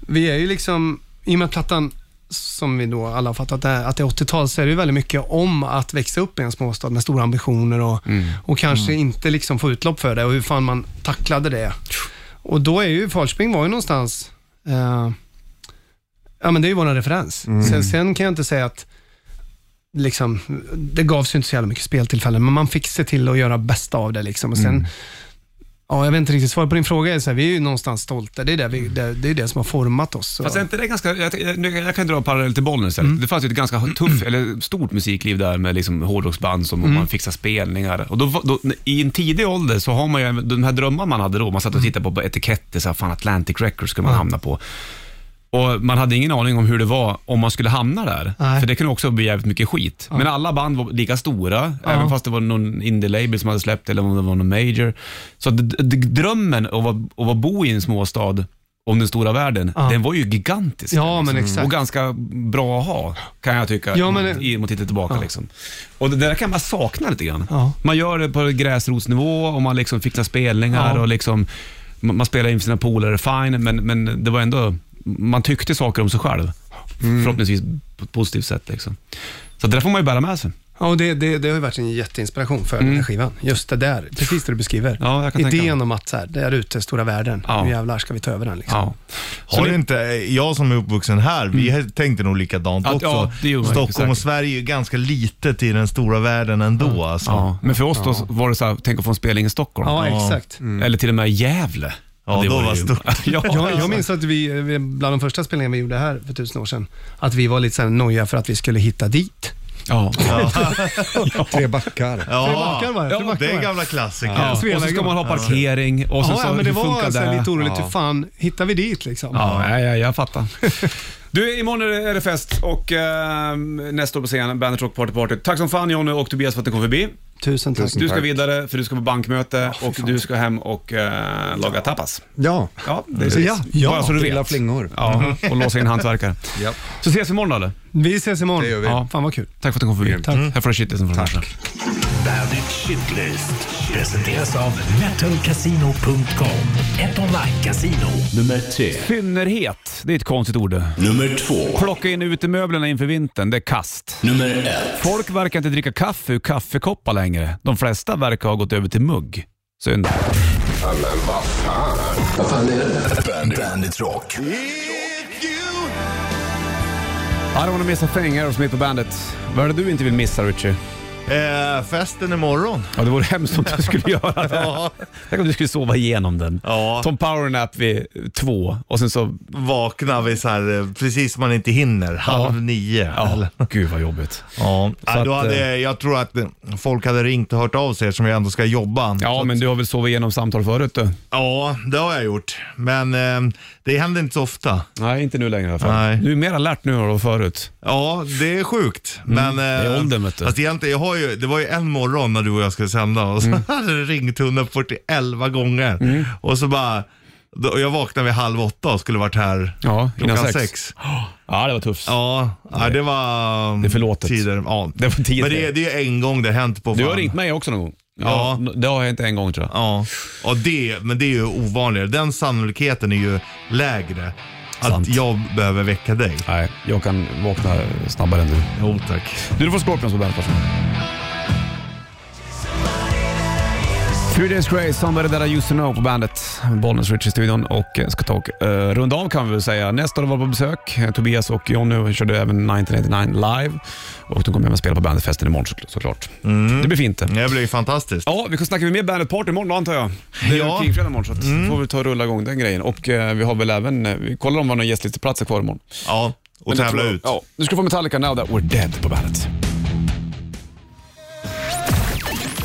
[SPEAKER 7] Vi är ju liksom... I och med att plattan, som vi då alla har fattat, är, att det är 80-tal, så är det ju väldigt mycket om att växa upp i en småstad med stora ambitioner och,
[SPEAKER 2] Mm.
[SPEAKER 7] och kanske inte liksom få utlopp för det och hur fan man tacklade det. Och då är ju Falköping var ju någonstans... eh, ja, men det är ju vår referens.
[SPEAKER 2] Mm.
[SPEAKER 7] Sen, sen kan jag inte säga att liksom, det gavs ju inte så jävla mycket speltillfällen, men man fick se till att göra bästa av det. Liksom. Och sen,
[SPEAKER 2] Mm.
[SPEAKER 7] ja, jag vet inte riktigt, svaret på din fråga är så här, vi är ju någonstans stolta. Det är det, vi, det, det, är det som har format oss. Så.
[SPEAKER 2] Mm. Fast är inte det ganska, jag, jag, nu- jag kan dra en parallell till Bollnäs istället. Det fanns ju ett ganska tufft, eller stort musikliv där med liksom hårdrocksband som man fixar spelningar. Och då, då, I en tidig ålder så har man ju de här drömmar man hade då. Man satt och tittade på etiketter, så här, fan Atlantic Records skulle man hamna på. Och Man hade ingen aning om hur det var om man skulle hamna där.
[SPEAKER 7] Nej.
[SPEAKER 2] För det kunde också bli jävligt mycket skit. Men alla band var lika stora, även fast det var någon indie-label som hade släppt eller om det var någon major. Så att, d- d- drömmen att, vara- att vara bo i en småstad om den stora världen, den var ju gigantisk.
[SPEAKER 7] Ja, men exakt.
[SPEAKER 2] Och ganska bra att ha, kan jag tycka,
[SPEAKER 7] Ja, men-
[SPEAKER 2] i, mot tittar tillbaka. Liksom. Och det där kan man sakna lite grann.
[SPEAKER 7] Ja.
[SPEAKER 2] Man gör det på gräsrotsnivå och man liksom fixar spelningar
[SPEAKER 7] Ja.
[SPEAKER 2] och liksom, man, man spelar in för sina polare, fine, men, men det var ändå, man tyckte saker om sig själv. Förhoppningsvis på ett positivt sätt. Liksom. Så det där får man ju bära med sig.
[SPEAKER 7] Ja, och det, det, det har ju varit en jätteinspiration för den här skivan. Just det där, precis det du beskriver.
[SPEAKER 2] Mm. Ja, jag kan tänka
[SPEAKER 7] Idén
[SPEAKER 2] mig.
[SPEAKER 7] om att så här, där ute, stora världen,
[SPEAKER 2] Ja.
[SPEAKER 7] nu jävlar ska vi ta över den. Liksom.
[SPEAKER 2] Ja.
[SPEAKER 3] Så är det inte, jag som är uppvuxen här, vi tänkte nog likadant
[SPEAKER 2] Mm. Att-
[SPEAKER 3] också.
[SPEAKER 2] ja, det gjorde man säkert.
[SPEAKER 3] Stockholm och Sverige är ju ganska litet i den stora världen ändå. Alltså.
[SPEAKER 2] Ja, men för oss då var det så här, tänk att få en spelning i Stockholm.
[SPEAKER 7] Ja, exakt.
[SPEAKER 2] Eller till och med Gävle.
[SPEAKER 3] Ja, då var
[SPEAKER 2] ju-
[SPEAKER 3] stort.
[SPEAKER 2] ja,
[SPEAKER 7] Jag,
[SPEAKER 2] exakt.
[SPEAKER 7] jag minns att vi, eh, bland de första spelningarna vi gjorde här för tusen år sedan, att vi var lite så här nojiga för att vi skulle hitta dit.
[SPEAKER 2] Ja.
[SPEAKER 8] Tre backar.
[SPEAKER 3] Ja,
[SPEAKER 7] Tre backar var det, tre
[SPEAKER 3] det är
[SPEAKER 7] backar var
[SPEAKER 3] en
[SPEAKER 7] det.
[SPEAKER 3] gamla klassiker.
[SPEAKER 2] Ja. Och
[SPEAKER 7] Sveavägen.
[SPEAKER 2] så ska man ha parkering och sen
[SPEAKER 7] Ja,
[SPEAKER 2] så,
[SPEAKER 7] ja, men det
[SPEAKER 2] hur
[SPEAKER 7] var
[SPEAKER 2] funkar
[SPEAKER 7] så
[SPEAKER 2] det?
[SPEAKER 7] här lite oroligt.
[SPEAKER 2] Ja.
[SPEAKER 7] Hur fan hittar vi dit liksom?
[SPEAKER 2] Ja, ja, ja, jag fattar. Du, imorgon är det- är det fest och eh, nästa år på scenen, Bandet Rock Party Party. Tack som fan Jonny och Tobias för att ni kom förbi.
[SPEAKER 7] Tusen tack.
[SPEAKER 2] Du ska
[SPEAKER 8] tack.
[SPEAKER 2] vidare för du ska på bankmöte och du ska hem och eh, laga tapas.
[SPEAKER 8] Ja.
[SPEAKER 2] Ja, det är
[SPEAKER 7] Ja, ja.
[SPEAKER 2] Bara så du
[SPEAKER 8] Grilla
[SPEAKER 2] vet.
[SPEAKER 8] flingor.
[SPEAKER 2] Ja, och låsa in hantverkare.
[SPEAKER 8] Japp.
[SPEAKER 2] Så ses vi imorgon då, eller?
[SPEAKER 7] Vi ses imorgon.
[SPEAKER 8] Det gör vi.
[SPEAKER 7] Ja. Fan vad kul.
[SPEAKER 2] Tack för att du kom förbi.
[SPEAKER 7] Tack.
[SPEAKER 2] Här får du shitlisten från Tack.
[SPEAKER 5] Bandit Shitlist presenteras av metalcasino.com. Ett online-casino.
[SPEAKER 1] Nummer tre.
[SPEAKER 2] Fynnerhet, det är ett konstigt ord.
[SPEAKER 1] Nummer två.
[SPEAKER 2] Plocka in utemöblerna inför vintern, det är kast.
[SPEAKER 1] Nummer ett.
[SPEAKER 2] Folk verkar inte dricka kaffe ur kaffekoppar längre. De flesta verkar ha gått över till mugg. Synd.
[SPEAKER 1] Vad fan är det? Bandit, Bandit Rock.
[SPEAKER 2] I don't wanna miss a thing, Aerosmith på bandet. Vad är det du inte vill missa, Richie?
[SPEAKER 3] Eh, festen imorgon.
[SPEAKER 2] Ja, det vore hemskt om du skulle göra det. Tänk om du skulle sova igenom den.
[SPEAKER 3] Ja.
[SPEAKER 2] Ta en powernap vid två och sen så...
[SPEAKER 3] Vaknar vi så här, eh, precis som man inte hinner, halv nio.
[SPEAKER 2] Ja,
[SPEAKER 3] eller?
[SPEAKER 2] gud vad jobbigt.
[SPEAKER 3] Ja.
[SPEAKER 2] Så
[SPEAKER 3] då
[SPEAKER 2] att,
[SPEAKER 3] hade, jag tror att eh, folk hade ringt och hört av sig som jag ändå ska jobba.
[SPEAKER 2] Ja, men du har väl sovit igenom samtal förut du?
[SPEAKER 3] Ja, det har jag gjort. Men eh, det händer inte så ofta.
[SPEAKER 2] Nej, inte nu längre i alla fall.
[SPEAKER 3] Nej.
[SPEAKER 2] Du är mer alert nu än vad förut.
[SPEAKER 3] Ja, det är sjukt. Men,
[SPEAKER 2] Mm,
[SPEAKER 3] eh,
[SPEAKER 2] det är åldern, vet du.
[SPEAKER 3] Fast egentligen, jag har ju, det var ju en morgon när du och jag skulle sända och så
[SPEAKER 2] Mm.
[SPEAKER 3] hade det ringt 141 gånger. Och så bara, då, och jag vaknade vid halv åtta och skulle varit här
[SPEAKER 2] Ja, innan
[SPEAKER 3] klockan
[SPEAKER 2] sex.
[SPEAKER 3] sex.
[SPEAKER 2] Ja, det var tufft.
[SPEAKER 3] Ja, ja, det var... um,
[SPEAKER 2] Det är förlåtet.
[SPEAKER 3] Tider, ja.
[SPEAKER 2] Det var tider.
[SPEAKER 3] Men det, är- det är en gång det har hänt på
[SPEAKER 2] Du
[SPEAKER 3] fan.
[SPEAKER 2] har ringt mig också någon gång.
[SPEAKER 3] Ja.
[SPEAKER 2] ja. Det har hänt en gång tror jag.
[SPEAKER 3] Ja, och det, men det är ju ovanligare. Den sannolikheten är ju lägre. Att
[SPEAKER 2] Sant.
[SPEAKER 3] jag behöver väcka dig.
[SPEAKER 2] Nej, jag kan vakna snabbare än du.
[SPEAKER 3] Jo tack.
[SPEAKER 2] Du, du får Scorpions på bandet. varsågod. Three Days Grace, Somebody That I Used To Know på bandet. Bollnäs Rich i studion och eh, ska ta och eh, runda av kan vi väl säga. Nästa år var på besök. Eh, Tobias och Jonny körde även 1989 live och de kommer även spela på bandetfesten imorgon så, såklart. Det blir fint det.
[SPEAKER 3] Det blir ju fantastiskt.
[SPEAKER 2] Ja, vi kan snacka mer Bandet Party imorgon då, antar jag. Det är
[SPEAKER 3] Ja.
[SPEAKER 2] ja. Kingfredag imorgon så att får vi ta och rulla igång den grejen. Och eh, vi har väl även, eh, vi kollar om vi har några gästlisteplatser kvar imorgon.
[SPEAKER 3] Ja, och
[SPEAKER 2] Men det
[SPEAKER 3] tävla
[SPEAKER 2] tror jag-
[SPEAKER 3] ut.
[SPEAKER 2] Ja, nu ska du få Metallica Now That We're Dead på bandet.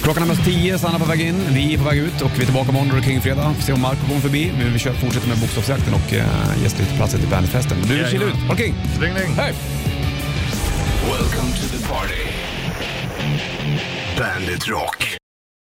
[SPEAKER 2] Klockan är nästan 10, Sanna på väg in, vi är på väg ut och vi är tillbaka imorgon då det är Kingfredag. Får se om Marco kommer förbi, men vi kör, fortsätter med bokstavsjakten och äh, gästutplatsen till Bandetfesten. Du,
[SPEAKER 3] Jajamän.
[SPEAKER 2] chilla ut. Ha det king!
[SPEAKER 3] Ring, ring.
[SPEAKER 2] Hej!
[SPEAKER 1] Welcome to the party. Bandit Rock.